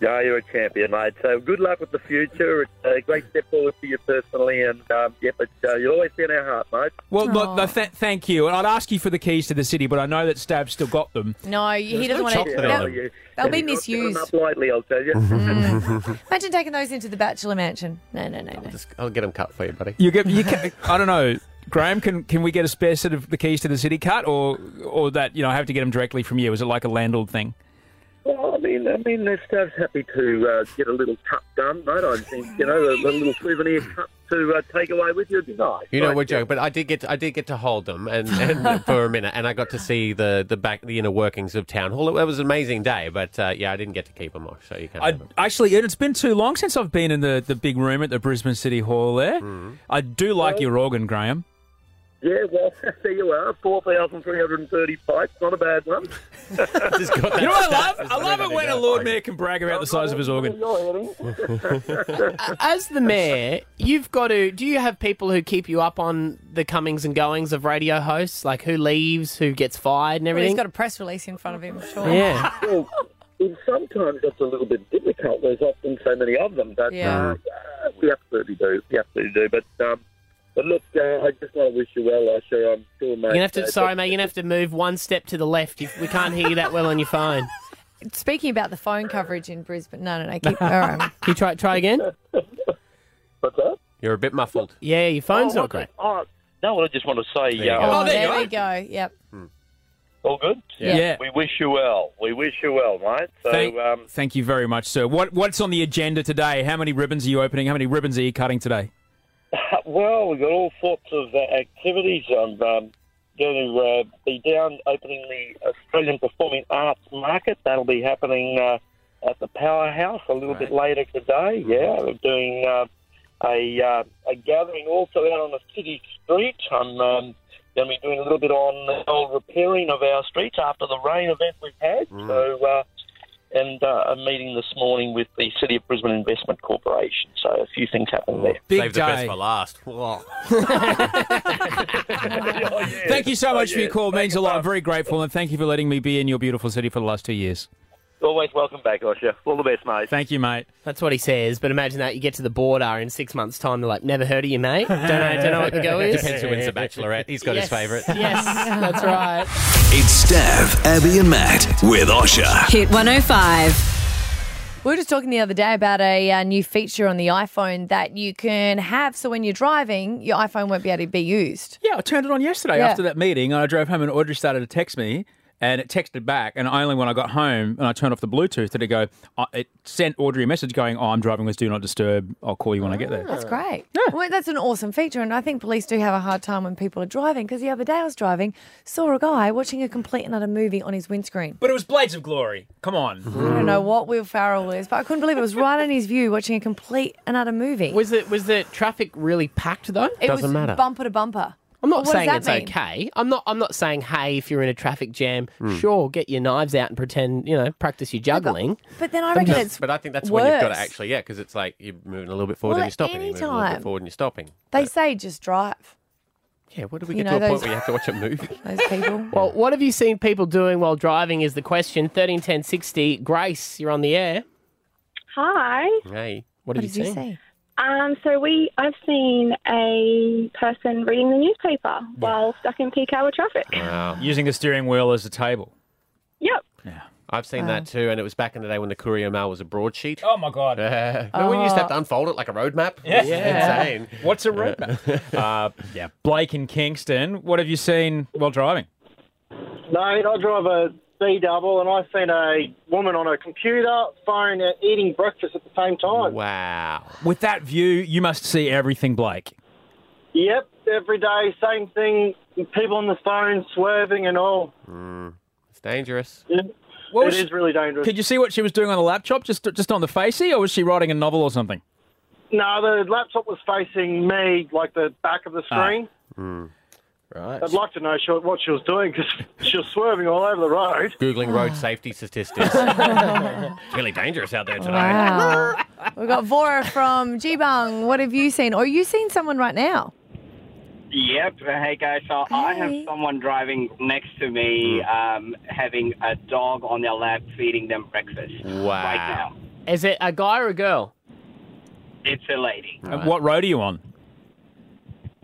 V: Yeah, you're a champion, mate. So good luck with the future. It's a great step forward for you personally, and um, yeah, but uh, you'll always be in our heart, mate.
D: Well, look, th- th- thank you. And I'd ask you for the keys to the city, but I know that Stab's still got them.
E: No, he doesn't want to. They'll, they'll be misused.
V: lightly, I'll tell you.
B: Mm.
E: Imagine taking those into the bachelor mansion. No, no, no, no.
D: I'll get them cut for you, buddy. You get. You can, I don't know, Graham. Can can we get a spare set of the keys to the city cut, or or that you know I have to get them directly from you? Is it like a landlord thing?
V: Well, I mean, I mean, the staff's happy to uh, get a little cup done, mate. I think you know, a, a little souvenir cup to uh, take away with you would be nice.
J: You know,
V: Like,
J: we're joking, but I did get to, I did get to hold them and, and for a minute, and I got to see the, the back the inner workings of town hall. It was an amazing day, but uh, yeah, I didn't get to keep them off, so you can't.
D: I actually, it- it's been too long since I've been in the, the big room at the Brisbane City Hall. There, I do like your organ, Graham.
V: Yeah, well, there you are, four thousand three hundred and thirty pipes. Not a bad one.
D: you know what I love? I love it when a Lord Mayor can brag about the size of his organ.
B: Uh, As the mayor, you've got to. Do you have people who keep you up on the comings and goings of radio hosts, like who leaves, who gets fired, and
E: Well, he's
B: everything?
E: got a press release in front of him, I'm sure.
B: Yeah.
V: well, and sometimes that's a little bit difficult. There's often so many of them, but
E: Yeah.
V: uh, uh, we absolutely do. We absolutely do. But um, but look, uh, I just want to wish you well, Asha. I'm sure, mate.
B: You're gonna have
V: uh,
B: to. Sorry, mate. You're gonna have to move one step to the left. You- We can't hear you that well on your phone.
E: Speaking about the phone coverage in Brisbane. No, no, no. Keep, all right.
B: Can you try try again?
V: What's that?
J: You're a bit muffled.
B: Yeah, your phone's
V: Oh,
B: not great.
V: Oh, no, well, I just want to say,
B: you
V: yeah,
B: go.
E: Oh, there we go. Yep.
V: all good.
D: Yeah. Yeah.
V: we wish you well. We wish you well, mate. So,
D: Thank,
V: um,
D: thank you very much, sir. What what's on the agenda today? How many ribbons are you opening? How many ribbons are you cutting today?
V: well, we've got all sorts of uh, activities on um, going to uh, be down opening the Australian Performing Arts Market. That'll be happening uh, at the Powerhouse a little bit later today. Yeah, we're doing uh, a, uh, a gathering also out on the city street. I'm um, going to be doing a little bit on the old repairing of our streets after the rain event we've had.
J: Mm.
V: So. Uh, and uh, a meeting this morning with the City of Brisbane Investment Corporation. So a few things happening there.
J: Big Save the best day. for last.
D: Thank you so much for your call. It means a lot. I'm very grateful, and thank you for letting me be in your beautiful city for the last two years.
V: Always welcome back, Osha. All the best, mate.
D: Thank you, mate.
B: That's what he says. But imagine that you get to the border in six months' time. They're like, "Never heard of you, mate. Don't know, don't know what the go is."
J: Depends who wins the Bachelorette. He's got his
B: Yes.
J: favourite.
B: Yes, that's right.
K: It's Stav, Abby, and Matt with Osha.
N: Hit 105.
E: We were just talking the other day about a uh, new feature on the iPhone that you can have so when you're driving, your iPhone won't be able to be used.
D: Yeah, I turned it on yesterday
E: Yeah.
D: after that meeting, and I drove home, and Audrey started to text me, and it texted back, and only when I got home and I turned off the Bluetooth did it go. Uh, it sent Audrey a message going, "Oh, I'm driving with Do Not Disturb. I'll call you when I get there."
E: That's great. Well, that's an awesome feature, and I think police do have a hard time when people are driving. Because the other day I was driving, saw a guy watching a complete and utter movie on his windscreen.
D: But it was Blades of Glory. Come on.
E: I
J: Mm-hmm.
E: don't know what Will Farrell is, but I couldn't believe it was right on his view watching a complete and utter movie.
B: Was it was the traffic really packed though?
E: It was bumper to bumper.
B: I'm not
E: What does
B: saying
E: that
B: it's
E: mean?
B: okay. I'm not. I'm not saying, hey, if you're in a traffic jam,
J: Hmm.
B: sure, get your knives out and pretend, you know, practice your juggling.
E: But then I reckon
J: But-
E: it's
J: But I think that's when you've got
E: worse.
J: to actually, yeah, because it's like you're moving a little bit forward
E: Well,
J: and you're stopping.
E: at any
J: You're moving a little
E: time.
J: bit forward and you're stopping.
E: They say just drive.
J: Yeah, what do
E: we You get to know a point those- where you
J: have to watch a movie?
E: Those people.
B: Well, what have you seen people doing while driving? Is the question thirteen ten sixty. Grace, you're on the air.
F: Hi.
J: Hey,
B: what, have you seen?
F: Um, so we, I've seen a person reading the newspaper while stuck in peak hour traffic.
D: Using the steering wheel as a table.
F: Yep.
J: I've seen
F: Wow.
J: that too, and it was back in the day when the courier mail was a broadsheet.
D: Oh my god!
J: Uh, remember when you used to have to
E: Oh.
J: unfold it like a roadmap? It was insane.
D: What's a roadmap? uh, yeah, Blake in Kingston. What have you seen while driving?
G: Mate, I drive a B double, and I've seen a woman on her computer, phone, and eating breakfast at the same time.
J: Wow.
D: With that view, you must see everything, Blake.
G: Yep, every day, same thing. People on the phone swerving and all.
J: Mm. It's dangerous.
G: Yeah.
D: What
G: It
D: was-
G: is really dangerous.
D: Could you see what she was doing on the laptop, just just on the facey, or was she writing a novel or something?
G: No, the laptop was facing me, like the back of the
D: Ah.
G: screen.
J: Hmm. Right.
G: I'd like to know she, what she was doing because she was swerving all over the road.
J: Googling road safety statistics. it's really dangerous out there today.
E: Wow. We've got Vora from Jibung. What have you seen? Or you seen someone right now?
W: Yep. Hey guys. So I have someone driving next to me,
G: Hmm.
W: um, having a dog on their lap, feeding them breakfast. Right now,
B: Is it a guy or a girl?
W: it's a lady.
D: And what road are you on?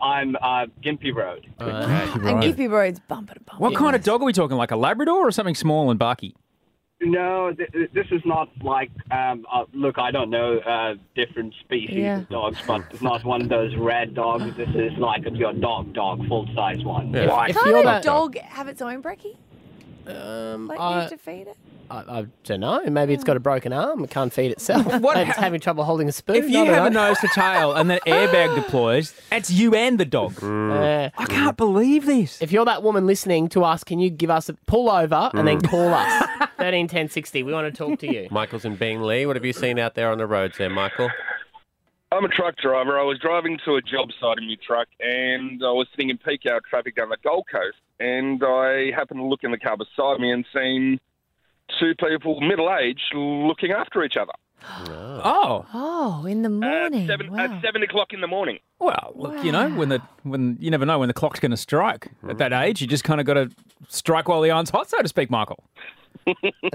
W: I'm uh, Gimpy Road.
E: And Gippy Road's bumper to bumper.
D: What kind of dog are we talking? Like a Labrador or something small and barky?
W: No, th- th- this is not like. Um, uh, look, I don't know uh, different species
E: Yeah.
W: of dogs, but it's not one of those red dogs. This is like your dog dog, full size one.
B: Yeah. Right. If
E: Can't
B: you're
E: a
B: that-
E: dog have its own brekkie? Um, like
B: I-
E: you to feed it?
B: I, I don't know. Maybe it's got a broken arm. It can't feed itself. what it's having trouble holding a spoon.
D: If you have a nose to tail and that airbag deploys, that's you and the dog.
B: Uh,
D: I can't believe this.
B: If you're that woman listening to us, can you give us a pull over and then call us? Thirteen ten sixty. We want to talk to you.
J: Michael's in Bing Lee. What have you seen out there on the roads there, Michael?
X: I'm a truck driver. I was driving to a job site in my truck, and I was sitting in peak hour traffic down the Gold Coast. And I happened to look in the car beside me and seen two people, middle aged, looking after each other.
D: Oh.
E: Oh, in the morning.
X: Seven, At seven o'clock in the morning.
D: Well, look, you know when the when you never know when the clock's going to strike. At that age, you just kind of got to strike while the iron's hot, so to speak, Michael.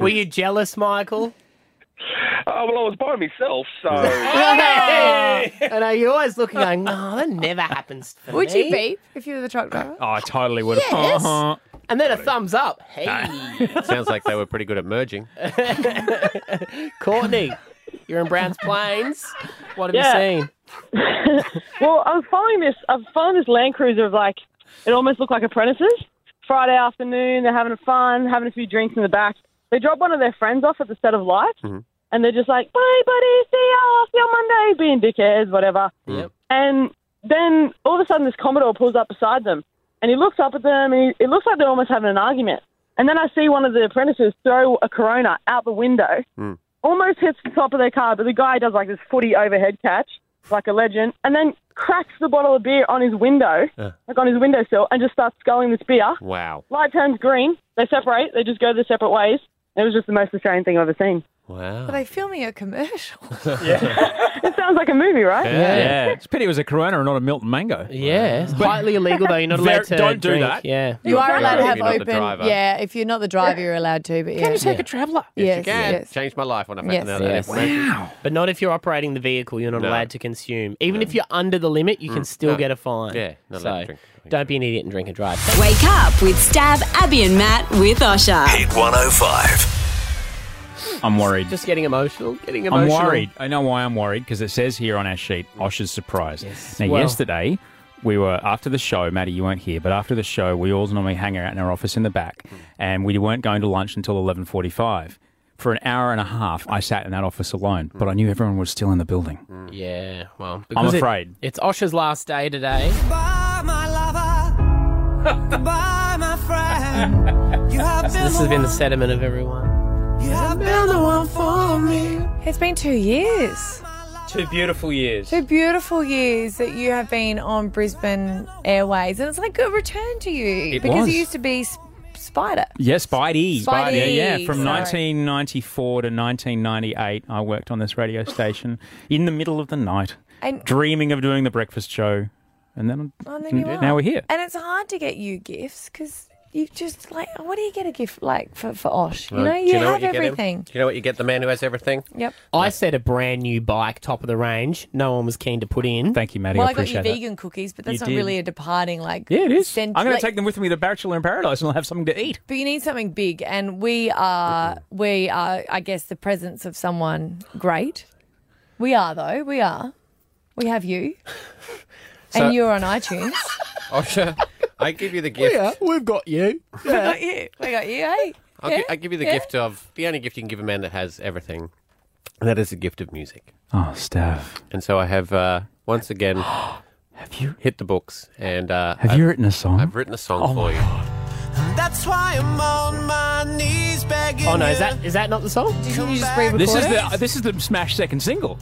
B: Were you jealous, Michael?
X: Oh well, I was by myself, so.
B: I know you're always looking, going, "No, that never happens." For
E: Would you
B: me."
E: beep if you were the truck driver?
D: Oh, I totally would Uh-huh.
B: Yes. and then a thumbs up. Hey,
J: Sounds like they were pretty good at merging.
B: Courtney, you're in Browns Plains. What have
F: Yeah.
B: you seen?
F: well, I'm following this. I'm following this Land Cruiser of like it almost looked like apprentices. Friday afternoon, they're having fun, having a few drinks in the back. They drop one of their friends off at the set of lights, and they're just like, "Bye, buddy. See ya. See you on Monday." Being dickheads, whatever.
A: Yep.
F: And then all of a sudden this Commodore pulls up beside them and he looks up at them and he, it looks like they're almost having an argument. And then I see one of the apprentices throw a Corona out the window, almost hits the top of their car, but the guy does like this footy overhead catch, like a legend, and then cracks the bottle of beer on his window,
J: Yeah.
F: like on his windowsill, and just starts sculling this beer.
J: Wow.
F: Light turns green. They separate. They just go their separate ways. It was just the most Australian thing I've ever seen.
J: Wow.
E: Are they filming a commercial?
F: It sounds like a movie, right?
D: Yeah. It's a pity it was a Corona and not a Milton Mango.
B: Yeah. It's Highly illegal though. You're not allowed to
D: Don't do
B: drink.
D: that.
B: Yeah.
E: You are allowed to
J: If
E: have
J: you're not the
E: open.
J: driver.
E: Yeah, if you're not the driver, you're allowed to. But yeah.
B: you take
E: a
D: traveller?
E: Yes,
B: Yes, you
E: yes.
B: can.
J: Changed my life when I
E: Yes.
J: found out
B: Yes.
J: that information.
B: But not if you're operating the vehicle, you're not
J: No.
B: allowed to consume. Even if you're under the limit, you can
J: Mm,
B: still
J: no.
B: get a fine.
J: Yeah, not allowed
B: so
J: to drink.
B: don't be an idiot and drink and drive.
N: Wake up with Stab, Abby, and Matt with Osha.
K: Hit 105.
D: I'm worried.
B: Just getting emotional. Getting
D: I'm
B: emotional.
D: worried. I know why I'm worried because it says here on our sheet, Osh's surprise. Now,
B: Well-
D: yesterday, we were after the show, Maddie, you weren't here, but after the show, we all normally hang out in our office in the back, and we weren't going to lunch until 11:45. For an hour and a half, I sat in that office alone, but I knew everyone was still in the building.
J: Mm.
B: Yeah. Well,
D: I'm
B: because it-
D: afraid.
B: it's Osha's last day today.
A: Goodbye, my friend. You have
B: So
A: been
B: this
A: the
B: has been the sediment of everyone.
A: one- you have been the one for me.
E: It's been two years.
D: Two beautiful years.
E: Two beautiful years that you have been on Brisbane Airways, and it's like a return to you
D: It
E: because
D: was.
E: it used to be Sp- Spider.
D: Yeah, Spidey.
E: Spidey,
D: Yeah, yeah. From
E: sorry.
D: 1994 to 1998, I worked on this radio station in the middle of the night,
E: And-
D: dreaming of doing the breakfast show. And then,
E: And then you are.
D: Mm, now we're here.
E: And it's hard to get you gifts because you just like, what do you get a gift like for, for Osh? You
J: Uh,
E: know,
J: do
E: you,
J: what
E: have
J: get him?
E: everything.
J: Do you know what you get the man who has everything?
E: Yep.
B: I said a brand new bike, top of the range. No one was keen to put in.
D: Thank you, Maddie.
E: well, I, got you vegan cookies, but
D: You
E: that's not
D: did.
E: really a departing like.
D: Yeah, it is.
E: cent-
D: I'm going
E: like-
D: to take them with me to Bachelor in Paradise and I'll have something to eat.
E: But you need something big, and we are we are, I guess, the presence of someone great. We are though. We are. We have you,
J: So-
E: and you're on iTunes.
D: Oh,
J: Osha, I give you the gift.
B: Oh, we've got you.
E: we got you. We got you. Hey.
J: I'll, gi- I'll give you the
E: Yeah.
J: gift of the only gift you can give a man that has everything, and that is the gift of music.
D: Oh, Steph.
J: And so I have uh, once again
D: have you
J: hit the books and uh,
D: Have
J: I've,
D: you written a song?
J: I've written a song
D: Oh
J: for
D: my
J: you.
A: That's why I'm on my knees begging.
B: Oh no, is that is that not the song?
A: Did you just re-record
D: This is
A: it?
D: the this is the smash second single.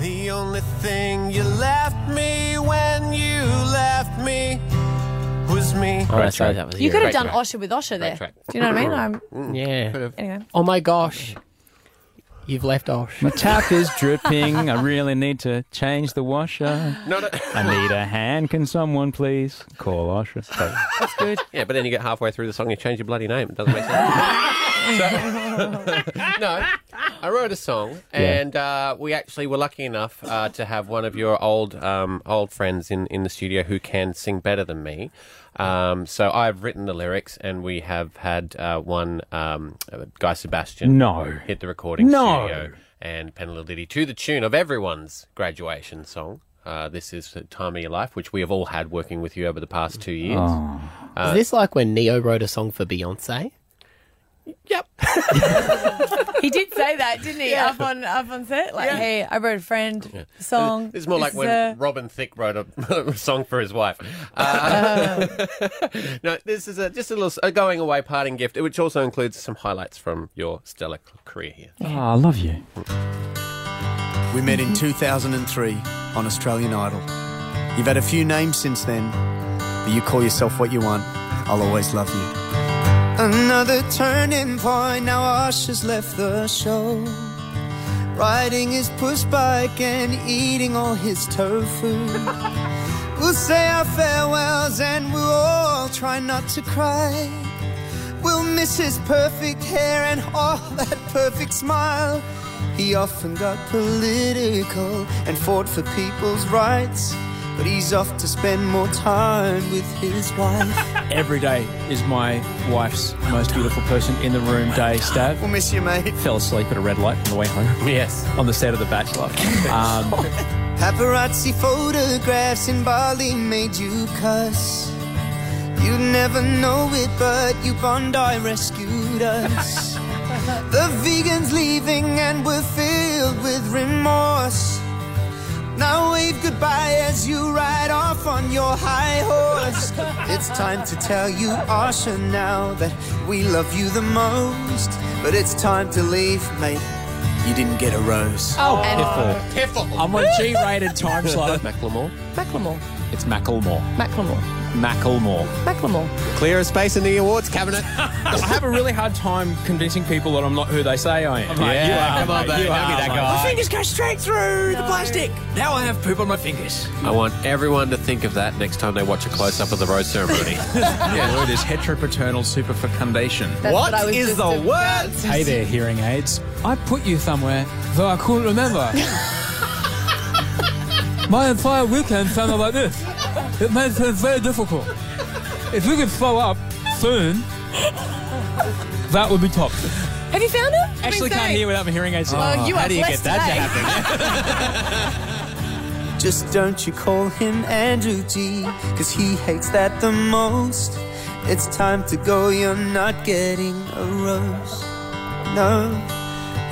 A: The only thing you left me when you left me was me.
B: Oh, that's right. That was
E: Uh, You could have
B: Great
E: done
B: track.
E: Osha with Osha there. Do you know what I mean? I'm
B: Yeah.
E: anyway.
B: Oh my gosh. You've left Osh.
D: My tap is dripping. I really need to change the washer.
J: No, no.
D: I need a hand. Can someone please call Osher?
J: That's good. Yeah, but then you get halfway through the song, you change your bloody name. It doesn't make sense. So- no, I wrote a song,
D: Yeah.
J: and uh, we actually were lucky enough uh, to have one of your old um, old friends in, in the studio who can sing better than me. Um, so I've written the lyrics, and we have had uh, one um, uh, guy Sebastian
D: No.
J: hit the recording
D: No.
J: studio and pen a little ditty to the tune of everyone's graduation song. Uh, this is the time of your life, which we have all had working with you over the past two years.
B: Oh.
J: Uh,
B: is this like when Neo wrote a song for Beyonce?
E: He did say that, didn't he? Up on up on set, like, hey, I wrote a friend song.
J: It's more like
E: This is
J: when
E: a-
J: Robin Thicke wrote a song for his wife. Uh, no, this is a, just a little a going away parting gift, which also includes some highlights from your stellar c- career here.
D: Oh, I love you.
C: We met in 2003 on Australian Idol. You've had a few names since then, but you call yourself what you want. I'll always love you.
H: Another turning point, now Osh has left the show. Riding his push bike and eating all his tofu. we'll say our farewells and we'll all try not to cry. We'll miss his perfect hair and all that perfect smile. He often got political and fought for people's rights, but he's off to spend more time with his wife.
D: Every day is my wife's most beautiful person in the room day, Stav.
H: We'll miss you, mate.
D: Fell asleep at a red light on the way home.
J: Yes.
D: On the set of The Bachelor. Um,
H: Paparazzi photographs in Bali made you cuss. You never know it, but you Bondi rescued us. the vegans leaving and we're filled with remorse. Now wave goodbye as you ride off on your high horse. It's time to tell you, Asha, now that we love you the most. But it's time to leave, mate.
C: You didn't get a rose.
H: Oh,
C: piffle.
D: I'm on G-rated time slot.
J: Macklemore.
E: Macklemore.
D: It's Macklemore.
E: Macklemore.
D: Macklemore.
E: Macklemore.
J: Clear a space in the awards cabinet.
D: I have a really hard time convincing people that I'm not who they say I am.
J: Yeah, come on,
D: mate.
J: babe,
D: You
J: don't be
D: are,
J: that guy.
D: mate. I
J: My
D: think
J: fingers
D: go straight through the plastic. Now I have poop on my fingers.
J: I want everyone to think of that next time they watch a close up of the rose ceremony.
I: yeah, there it is. Heteropaternal superfecundation.
J: That's what I was just about to
I: Hey
J: say.
I: there, hearing aids. I put you somewhere, though I couldn't remember. My entire weekend sounded like this. It made things very difficult. If you could throw up soon, that would be top. Oh.
E: Have you found it?
I: Actually, can't hear without my hearing aids.
E: Well, you are blessed today.
H: Just don't you call him Andrew G, cause he hates that the most. It's time to go, you're not getting a rose. No,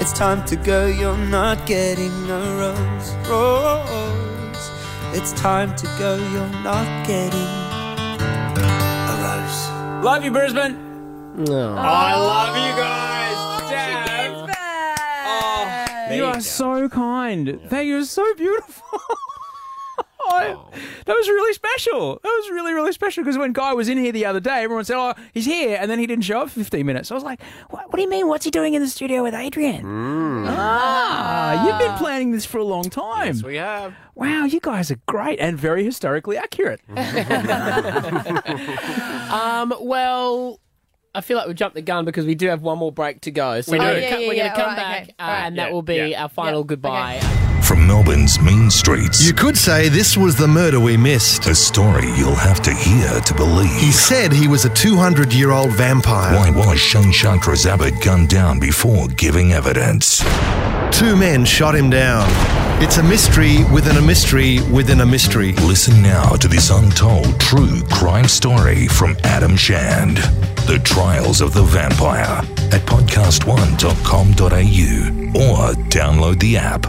H: it's time to go, you're not getting a rose. Rose, it's time to go, you're not getting a rose.
D: Love you, Brisbane.
B: No.
D: I love you
J: Oh,
D: guys.
B: There
D: you
B: you
D: are
B: go.
D: so kind. Thank you. You're so beautiful. I- That was really special. That was really, really special because when Guy was in here the other day, everyone said, Oh, he's here. And then he didn't show up for 15 minutes. I was like, What, what do you mean? What's he doing in the studio with Adrian? Ah, you've been planning this for a long time. Hmm. Yes,
J: we have.
D: Wow, you guys are great and very historically accurate.
B: Um, well, I feel like we jumped the gun because we do have one more break to go. So
D: We do.
B: we're
D: Oh,
B: gonna
D: yeah,
B: co-
D: yeah,
B: we're
D: yeah.
B: going to come
D: Alright,
B: back,
D: okay.
B: uh,
D: Alright.
B: and that will be our final goodbye.
L: From Melbourne's mean streets. You could say this was the murder we missed. A story you'll have to hear to believe. He said he was a 200 year old vampire. Why was Shane Chantra's abbot gunned down before giving evidence? Two men shot him down. It's a mystery within a mystery within a mystery. Listen now to this untold true crime story from Adam Shand The Trials of the Vampire at podcast1.com.au or download the app.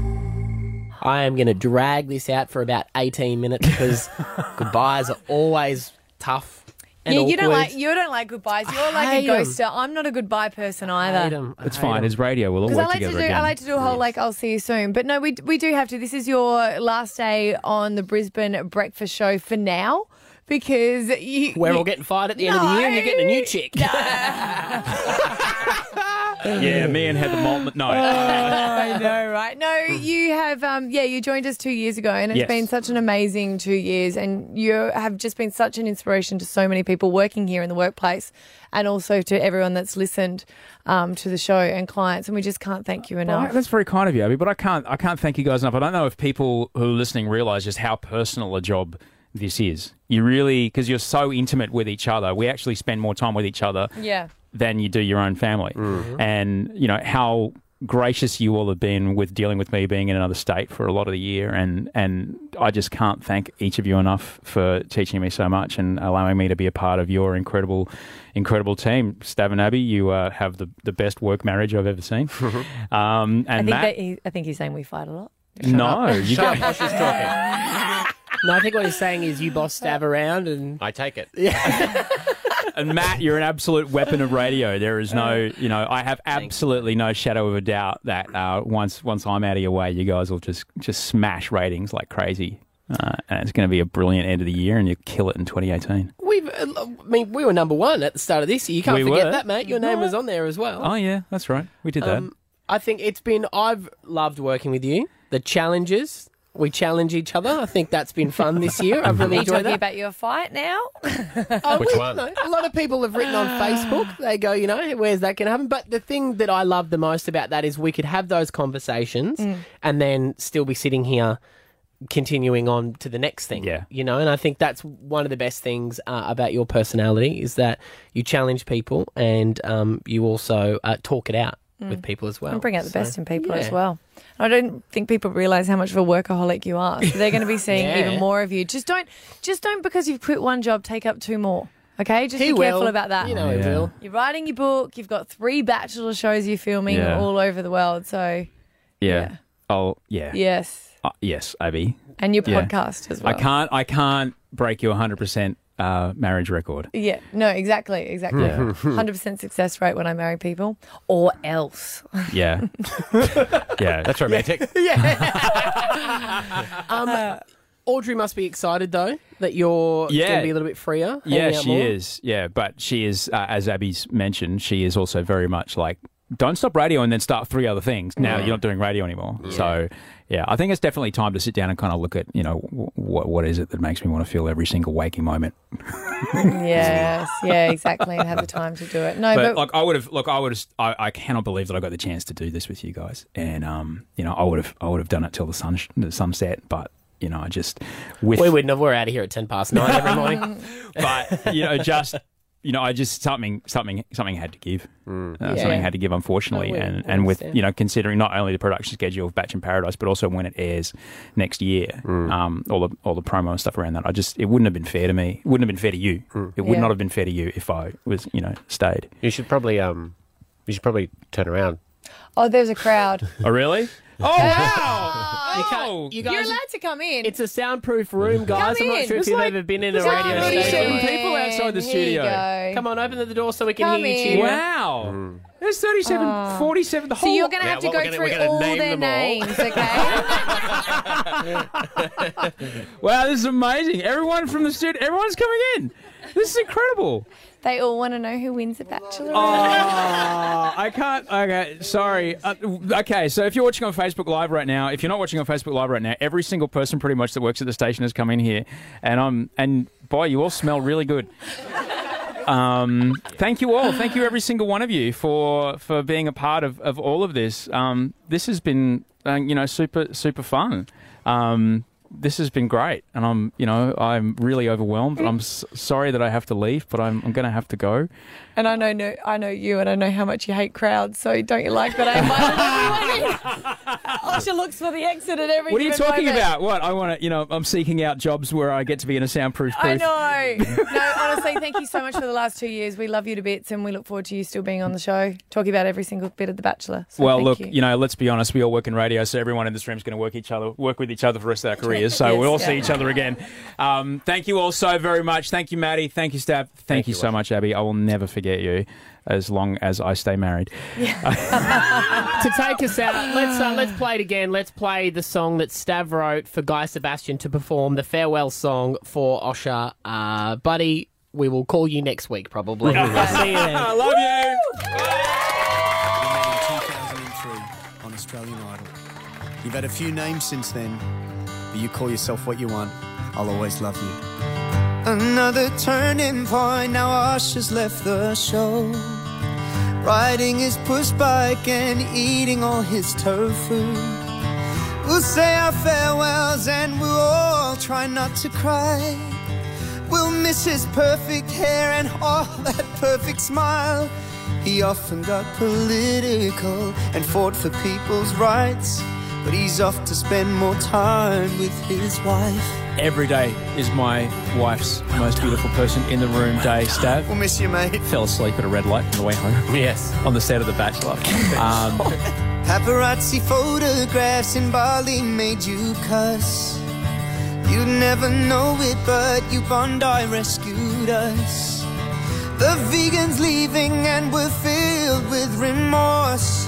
B: I am going to drag this out for about 18 minutes because goodbyes are always tough and
E: Yeah, you don't
B: awkward.
E: like you don't like goodbyes. You're like a
B: hate 'em.
E: ghoster. I'm not a goodbye person either.
D: It's fine. It's radio. We'll all
E: Because I
D: work
E: like to
D: together
E: do,
D: again.
E: I like to do a whole like I'll see you soon. But no, we we do have to. This is your last day on the Brisbane Breakfast Show for now, because you,
B: We're
E: you-
B: all getting fired at the end of the year and you're getting a new chick.
D: yeah, me and Heather Maltman. No.
E: I know, right? No, you have. Um, yeah, you joined us two years ago, and it's
D: Yes.
E: been such an amazing two years. And you have just been such an inspiration to so many people working here in the workplace, and also to everyone that's listened um, to the show and clients. And we just can't thank you
D: Well,
E: enough.
D: that's very kind of you, Abby, but I can't I can't thank you guys enough. I don't know if people who are listening realize just how personal a job this is. You really because you're so intimate with each other. We actually spend more time with each other
E: Yeah.
D: than you do your own family.
B: Mm-hmm.
D: And you know how gracious you all have been with dealing with me being in another state for a lot of the year and and I just can't thank each of you enough for teaching me so much and allowing me to be a part of your incredible incredible team. Stav and Abby, you uh, have the, the best work marriage I've ever seen. um, and
E: I think
D: Matt,
E: that he, I think he's saying we fight a lot.
D: no, you
B: Shut up
D: got
B: while she's talking. No, I think what he's saying is you boss stab around and
J: I take it.
D: and Matt, you're an absolute weapon of radio. There is no,
E: Uh,
D: you know, I have absolutely no shadow of a doubt that uh, once once I'm out of your way, you guys will just just smash ratings like crazy, uh, and it's going to be a brilliant end of the year, and you kill it in 2018.
B: We've, uh, I mean, we were number one at the start of this year. You can't
D: We
B: forget
D: were.
B: that, mate. Your name was on there as well.
D: Oh yeah, that's right. We did that.
B: Um, I think it's been. I've loved working with you. The challenges we challenge each other. I think that's been fun this year. I've
E: Are
B: really
E: you
B: enjoyed
E: talking
B: that.
E: about your fight now?
B: Oh,
J: Which
B: we-
J: one?
B: no, a lot of people have written
E: Ah.
B: on Facebook. They go, you know, where's that going to happen? But the thing that I love the most about that is we could have those conversations
E: Mm.
B: and then still be sitting here continuing on to the next thing. Yeah. You know, and I think that's one of the best things uh, about your personality is that you challenge people and um, you also uh, talk it out with
E: Mm.
B: people as well.
E: and bring out the
B: So,
E: best in people as
B: yeah.
E: well. I don't think people realize how much of a workaholic you are. So they're going to be seeing
B: Yeah.
E: even more of you. Just don't, just don't because you've quit one job take up two more. Okay, just
B: He
E: be careful
B: will.
E: about that.
B: You know he Yeah. will.
E: You're writing your book. You've got three bachelor shows you're filming
D: Yeah.
E: all over the world. So
D: yeah. Oh yeah.
E: yes,
D: Uh, yes, Abby.
E: And your podcast as well.
D: I can't. I can't break your hundred uh, percent marriage record.
E: Yeah, no, exactly, exactly.
D: Yeah.
E: Hundred percent success rate when I marry people, or else.
D: Yeah. yeah. That's romantic.
B: Um, Audrey must be excited though that you're
D: Yeah.
B: going to be a little bit freer.
D: Yeah,
B: hanging out
D: she
B: more.
D: is. Yeah, but she is, uh, as Abby's mentioned, she is also very much like, don't stop radio and then start three other things. Now
B: Yeah.
D: you're not doing radio anymore. So, yeah, I think it's definitely time to sit down and kind of look at, you know, wh- what what is it that makes me want to feel every single waking moment.
E: yes, yeah, exactly, and have the time to do it. No, but,
D: but, like I would have, look, I would have, I, I cannot believe that I got the chance to do this with you guys, and um, you know, I would have, I would have done it till the sun, the sunset, but. You know, I just with
B: We wouldn't have. We're out of here at ten past nine every morning.
D: but you know, just you know, I just something something something had to give. Uh,
B: Yeah.
D: Something had to give, unfortunately,
B: No, we-
D: and
B: we
D: and with
B: understand.
D: you know considering not only the production schedule of Batch in Paradise, but also when it airs next year,
J: Mm.
D: um, all the all the promo and stuff around that. I just it wouldn't have been fair to me. It wouldn't have been fair to you. It would
E: Yeah.
D: not have been fair to you if I was you know stayed.
J: Mm. You should probably um, you should probably turn around.
E: oh, there's a crowd.
D: Oh really?
E: Oh wow!
B: You can't, you guys,
E: Oh, You're allowed to come in.
B: It's a soundproof room, guys. I'm not
E: in.
B: sure if
E: It's
B: you've
E: like-
B: ever been in a
E: it's like
B: radio
E: a
B: station.
E: station.
B: People outside the
E: Here you
B: studio.
E: go.
B: Come on, open the door so we can
E: Come
B: hear you.
E: in.
B: cheer.
D: Wow.
J: Mm.
D: There's 37, 47, the
E: Oh. So you're going to have to go through all their names, okay?
D: Wow, this is amazing. Everyone from the studio, everyone's coming in. This is incredible.
E: they all want to know who wins the Bachelor.
D: Oh, I can't. Okay, sorry. Uh, okay, so if you're watching on Facebook Live right now, if you're not watching on Facebook Live right now, every single person pretty much that works at the station has come in here, and I'm and boy, you all smell really good. Um, thank you all. Thank you every single one of you for for being a part of, of all of this. Um, this has been uh, you know super super fun. Um, this has been great, and I'm you know I'm really overwhelmed. I'm s- sorry that I have to leave, but I'm, I'm going to have to go.
E: And I know, no, I know you, and I know how much you hate crowds. So don't you like that I invited everyone in? Osha looks for the exit at every.
D: What are you
E: given
D: talking
E: moment.
D: about? What I want to, you know, I'm seeking out jobs where I get to be in a soundproof booth.
E: I know. no, honestly, thank you so much for the last two years. We love you to bits, and we look forward to you still being on the show, talking about every single bit of The Bachelor. So
D: well,
E: thank
D: look,
E: you.
D: you. know, let's be honest. We all work in radio, so everyone in this room is going to work each other, work with each other for the rest of our careers. So
E: Yes,
D: we'll all
E: yeah.
D: see each other again. Um, thank you all so very much. Thank you, Maddie. Thank you, Stab. Thank, you, so much, Abby. I will never forget you, as long as I stay married.
B: to take us out, let's uh, let's play it again. Let's play the song that Stav wrote for Guy Sebastian to perform the farewell song for Osha. Uh, buddy, we will call you next week probably. See you then.
D: I love you.
C: We met in 2003 on Australian Idol. You've had a few names since then, but you call yourself what you want. I'll always love you.
H: Another turning point, now Osh has left the show. Riding his push bike and eating all his tofu. We'll say our farewells and we'll all try not to cry. We'll miss his perfect hair and all that perfect smile. He often got political and fought for people's rights, but he's off to spend more time with his wife.
D: Every day is my wife's most beautiful person in the room day, Stav.
C: We'll miss you, mate.
D: Fell asleep at a red light on the way home. Yes. On the set of The Bachelor. Um,
H: Paparazzi photographs in Bali made you cuss. You never know it, but you Bondi rescued us. The vegans leaving and we're filled with remorse.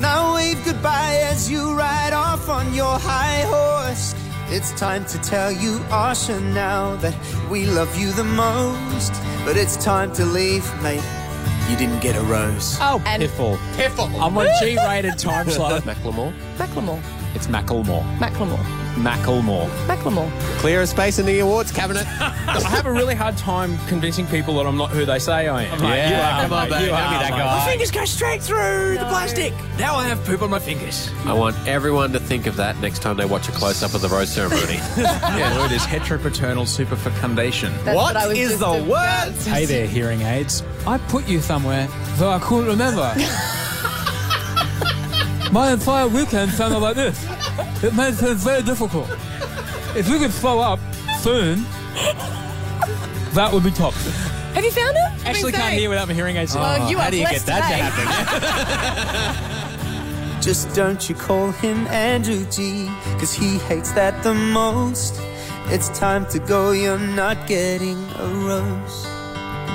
H: Now wave goodbye as you ride off on your high horse. It's time to tell you, Asha, now that we love you the most. But it's time to leave, mate.
C: You didn't get a rose.
D: Oh,
E: And-
D: piffle.
E: Piffle.
D: I'm on G-rated time slot.
J: Macklemore.
E: Macklemore.
D: It's Macklemore.
E: Macklemore.
D: Macklemore.
E: Macklemore.
J: Clear a space in the awards cabinet.
I: I have a really hard time convincing people that I'm not who they say I am.
D: Mate, you Yeah. are, Come on, mate. mate, You don't are, be that mate. guy. My
I: fingers go straight through the plastic. Now I have poop on my fingers.
J: I want everyone to think of that next time they watch a close up of the rose ceremony.
I: yeah, Lord, is heteropaternal superfecundation.
J: That's what I was
I: is
J: just about
I: word?
D: Hey there, hearing aids.
I: I put you somewhere, though I couldn't remember. My entire weekend sounded like this. It made things very difficult. If we could follow up soon, that would be top.
E: Have you found it?
D: "Oh,
I: Actually, can't hear without my hearing aids.
E: Oh, you are blessed today.
I: happen?
H: Just don't you call him Andrew G, cause he hates that the most. It's time to go, you're not getting a rose.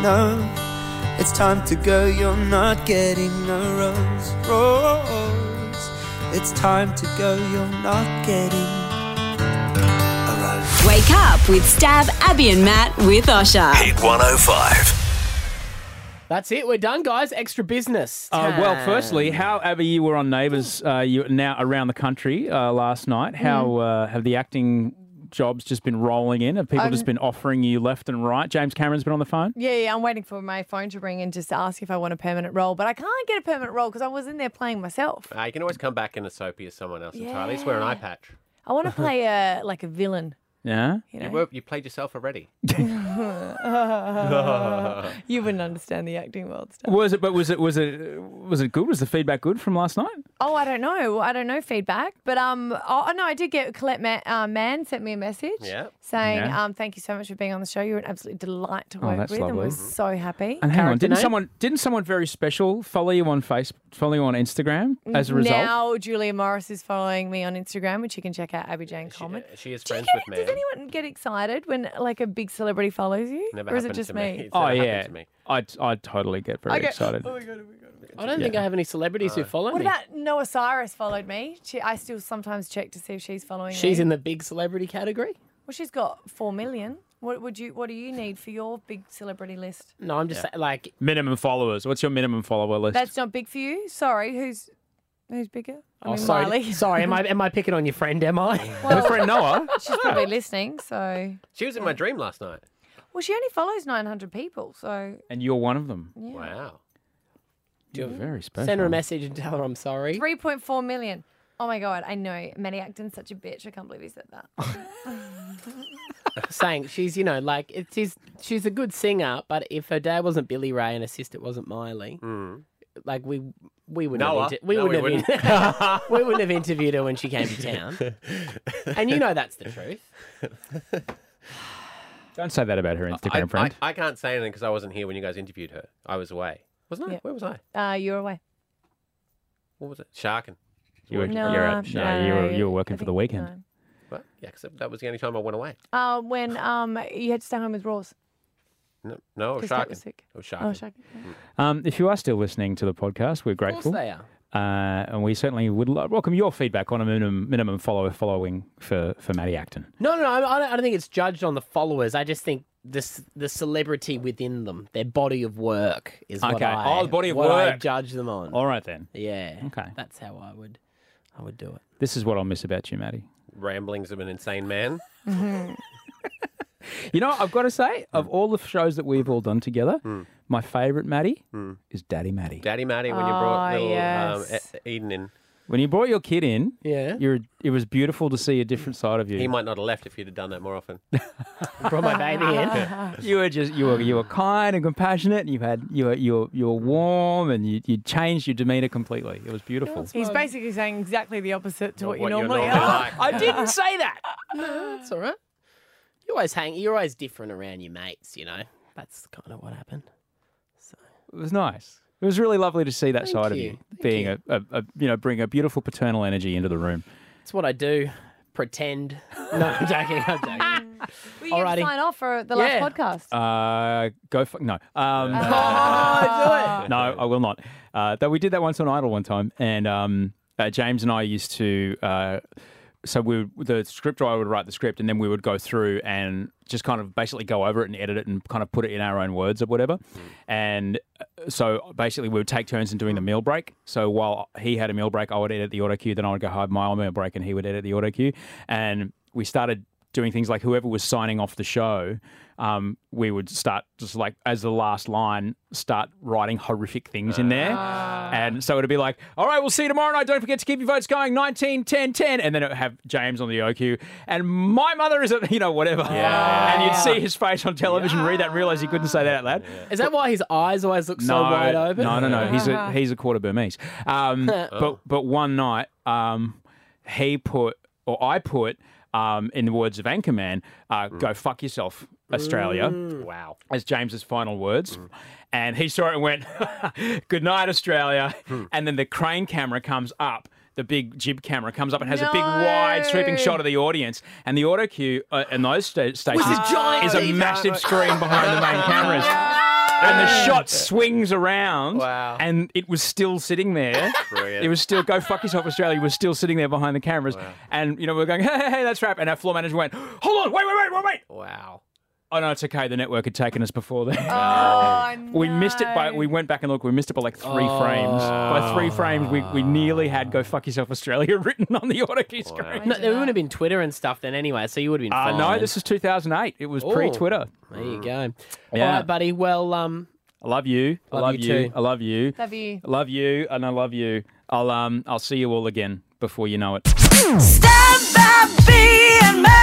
H: No, it's time to go, you're not getting a rose. Rose, it's time to go, you're not getting
N: Wake up with Stab, Abby, and Matt with Osha.
K: Hit 105.
B: That's it. We're done, guys. Extra business.
D: Uh, well,
B: time.
D: firstly, how Abby, you were on Neighbours, uh, you now around the country uh, last night.
E: Hmm.
D: How uh, have the acting jobs just been rolling in? Have people
E: I'm-
D: just been offering you left and right? James Cameron's been on the phone.
E: Yeah, yeah, I'm waiting for my phone to ring and just to ask if I want a permanent role, but I can't get a permanent role because I was in there playing myself.
J: Uh, you can always come back in a soapy as someone else entirely. Just wear an
E: Yeah.
J: eye patch.
E: I want to play a like a villain.
D: Yeah.
J: You,
E: know?
J: were, you played yourself already.
E: you wouldn't understand the acting world.
D: Was it? But was it? Was it? Was it good? Was the feedback good from last night?
E: Oh, I don't know. I don't know feedback, but um, oh no, I did get Colette Ma- uh, Mann sent me a message
D: Yeah.
E: saying
D: Yeah.
E: um, thank you so much for being on the show. You're an absolute delight to
D: Oh,
E: work
D: that's
E: with, and
D: lovely.
E: we're so happy.
D: And hang on, didn't someone didn't someone very special follow you on Facebook, follow you on Instagram as a result?
E: Now Julia Morris is following me on Instagram, which you can check out Abby Jane Common.
J: She is friends with me.
E: Does anyone get excited when like a big celebrity follows you,
J: Never
E: or is it
J: happened
E: just
J: to
E: me?
J: me. It's
D: oh
J: never happened
D: yeah,
J: to me.
D: I I totally get very
E: I get-
D: excited.
E: oh my God,
B: I don't think I have any celebrities who follow
E: What
B: me.
E: about Noah Cyrus followed me? She, I still sometimes check to see if she's following.
B: She's
E: me.
B: in the big celebrity category.
E: Well, she's got four million. What would you? What do you need for your big celebrity list?
B: No, I'm just
D: Yeah.
B: sa- like
D: Minimum followers. What's your minimum follower list?
E: That's not big for you. Sorry, who's who's bigger? I
B: oh,
E: mean,
B: sorry,
E: Miley.
B: sorry. Am I am I picking on your friend? Am I?
E: Well-
D: friend Noah.
E: She's probably listening. So,
J: She was in my dream last night.
E: well, she only follows nine hundred people. So,
D: And you're one of them.
E: yeah.
J: Wow.
D: You're very special.
B: Send her a message and tell her I'm sorry.
E: three point four million. Oh my god, I know. Maddie Acton's such a bitch. I can't believe he said that.
B: saying she's you know like it's she's she's a good singer, but if her dad wasn't Billy Ray and her sister wasn't Miley, like we we would
J: Noah.
B: have inter- we
J: No,
B: wouldn't
J: we
B: have in- we wouldn't have interviewed her when she came to town, and you know that's the truth.
D: Don't say that about her Instagram
J: I,
D: friend.
J: I, I can't say anything because I wasn't here when you guys interviewed her. I was away. Wasn't I? Where was I?
E: Uh, you're away.
J: What was it? Sharking.
D: You were,
E: No,
D: you're at,
E: no,
D: no, you were,
E: no,
D: you were
E: I
D: working for the weekend.
J: What? Yeah, except that was the only time I went away.
E: Uh, when um you had to stay home with Ross.
J: No, no, it was
E: Because Kate
J: sharking.
E: was sick.
J: It was
E: Oh,
J: sharking. Hmm.
E: shocking.
D: Um, if you are still listening to the podcast, we're grateful.
E: they are.
D: Uh, and we certainly would lo- welcome your feedback on a minimum, minimum follower following for, for Maddie Acton.
B: No, no, no. I I don't, I don't think it's judged on the followers. I just think this the celebrity within them, their body of work is what
D: Okay.
B: I,
D: Oh, the body of
B: what I
D: work.
B: judge them on.
D: All right then.
B: Yeah.
D: Okay.
B: That's how I would I would do it.
D: This is what I'll miss about you, Maddie.
J: Ramblings of an insane man.
D: You know, I've got to say, of all the shows that we've all done together, my favourite Maddie is Daddy Maddie.
J: Daddy Maddie, when you
D: Oh,
B: Ah,
J: brought little
D: yes.
J: um, E- Eden in,
D: When you brought your kid in,
B: yeah,
D: you're, it was beautiful to see a different side of you.
J: he might not have left if you'd have done that more often.
B: Brought my baby
D: in. Uh-huh. you were just you were you were kind and compassionate, and you had you were you were, you were warm, and you, you changed your demeanour completely. It was beautiful.
E: He's basically saying exactly the opposite to what, you
D: what you're
E: normally,
D: normally
E: are.
D: like.
B: I didn't say that. No, that's all right. You always hang. You're always different around your mates. You know. That's kind of what happened.
D: It was nice. It was really lovely to see that side of
B: you.
D: you being A, a, a you know bring a beautiful paternal energy into the room.
B: That's what I do. Pretend. No, I'm joking. I'm joking.
E: Well, you
B: Alrighty.
E: can sign off for the last
B: Yeah.
E: podcast.
D: Uh, go fuck no. Um,
E: Oh,
D: no, I will not. Uh, though we did that once on Idol one time, and um, uh, James and I used to. Uh, so we would- the script writer would write the script, and then we would go through and just kind of basically go over it and edit it and kind of put it in our own words or whatever. And uh, so basically we would take turns in doing the meal break. So while he had a meal break, I would edit the auto cue, then I would go have my own meal break, and he would edit the auto cue. And we started doing things like whoever was signing off the show, um, we would start just like as the last line, start writing horrific things in there. And so it'd be like, all right, we'll see you tomorrow night. Don't forget to keep your votes going 19, 10, 10. And then it would have James on the OQ and my mother is, a, you know, whatever. Yeah. And you'd see his face on television, read that, and realize he couldn't say that out loud.
B: Is that why his eyes always look so wide open?
D: No, no, no. He's
B: Uh-huh.
D: a he's a quarter Burmese. Um, but but one night, um, he put or I put um, in the words of Anchorman, uh, "Go fuck yourself, Australia."
J: Wow.
D: As James's final words, and he saw it and went, "Good night, Australia." And then the crane camera comes up. the big jib camera comes up and has a big wide sweeping shot of the audience, and the auto cue uh, in those sta- stations
J: giant
D: is a
J: TV.
D: massive screen behind the main cameras. And the shot swings around, and it was still sitting there.
J: Brilliant.
D: It was still go fuck yourself, Australia. Was still sitting there behind the cameras, and you know we we're going, hey, hey, hey, that's rap. And our floor manager went, hold on, wait, wait, wait, wait, wait.
J: Wow.
D: Oh no, it's okay. The network had taken us before then.
E: Oh,
D: We missed it by. We went back and looked. We missed it by like three
B: Oh.
D: frames. By three frames, we, we nearly had "Go fuck yourself, Australia" written on the auto key screen.
B: No, there wouldn't have been Twitter and stuff then anyway, so you would have been.
D: Uh,
B: fine.
D: no, this is 2008. It was
B: Ooh.
D: pre-Twitter.
B: There you go.
D: Yeah.
B: All right, buddy. Well, um,
D: I love you. I
B: Love
D: love,
B: you
D: you.
B: too.
D: I love you.
E: Love you.
D: Love you, and I love you. I'll um I'll see you all again before you know it.
M: Stab, Abby, and Matt.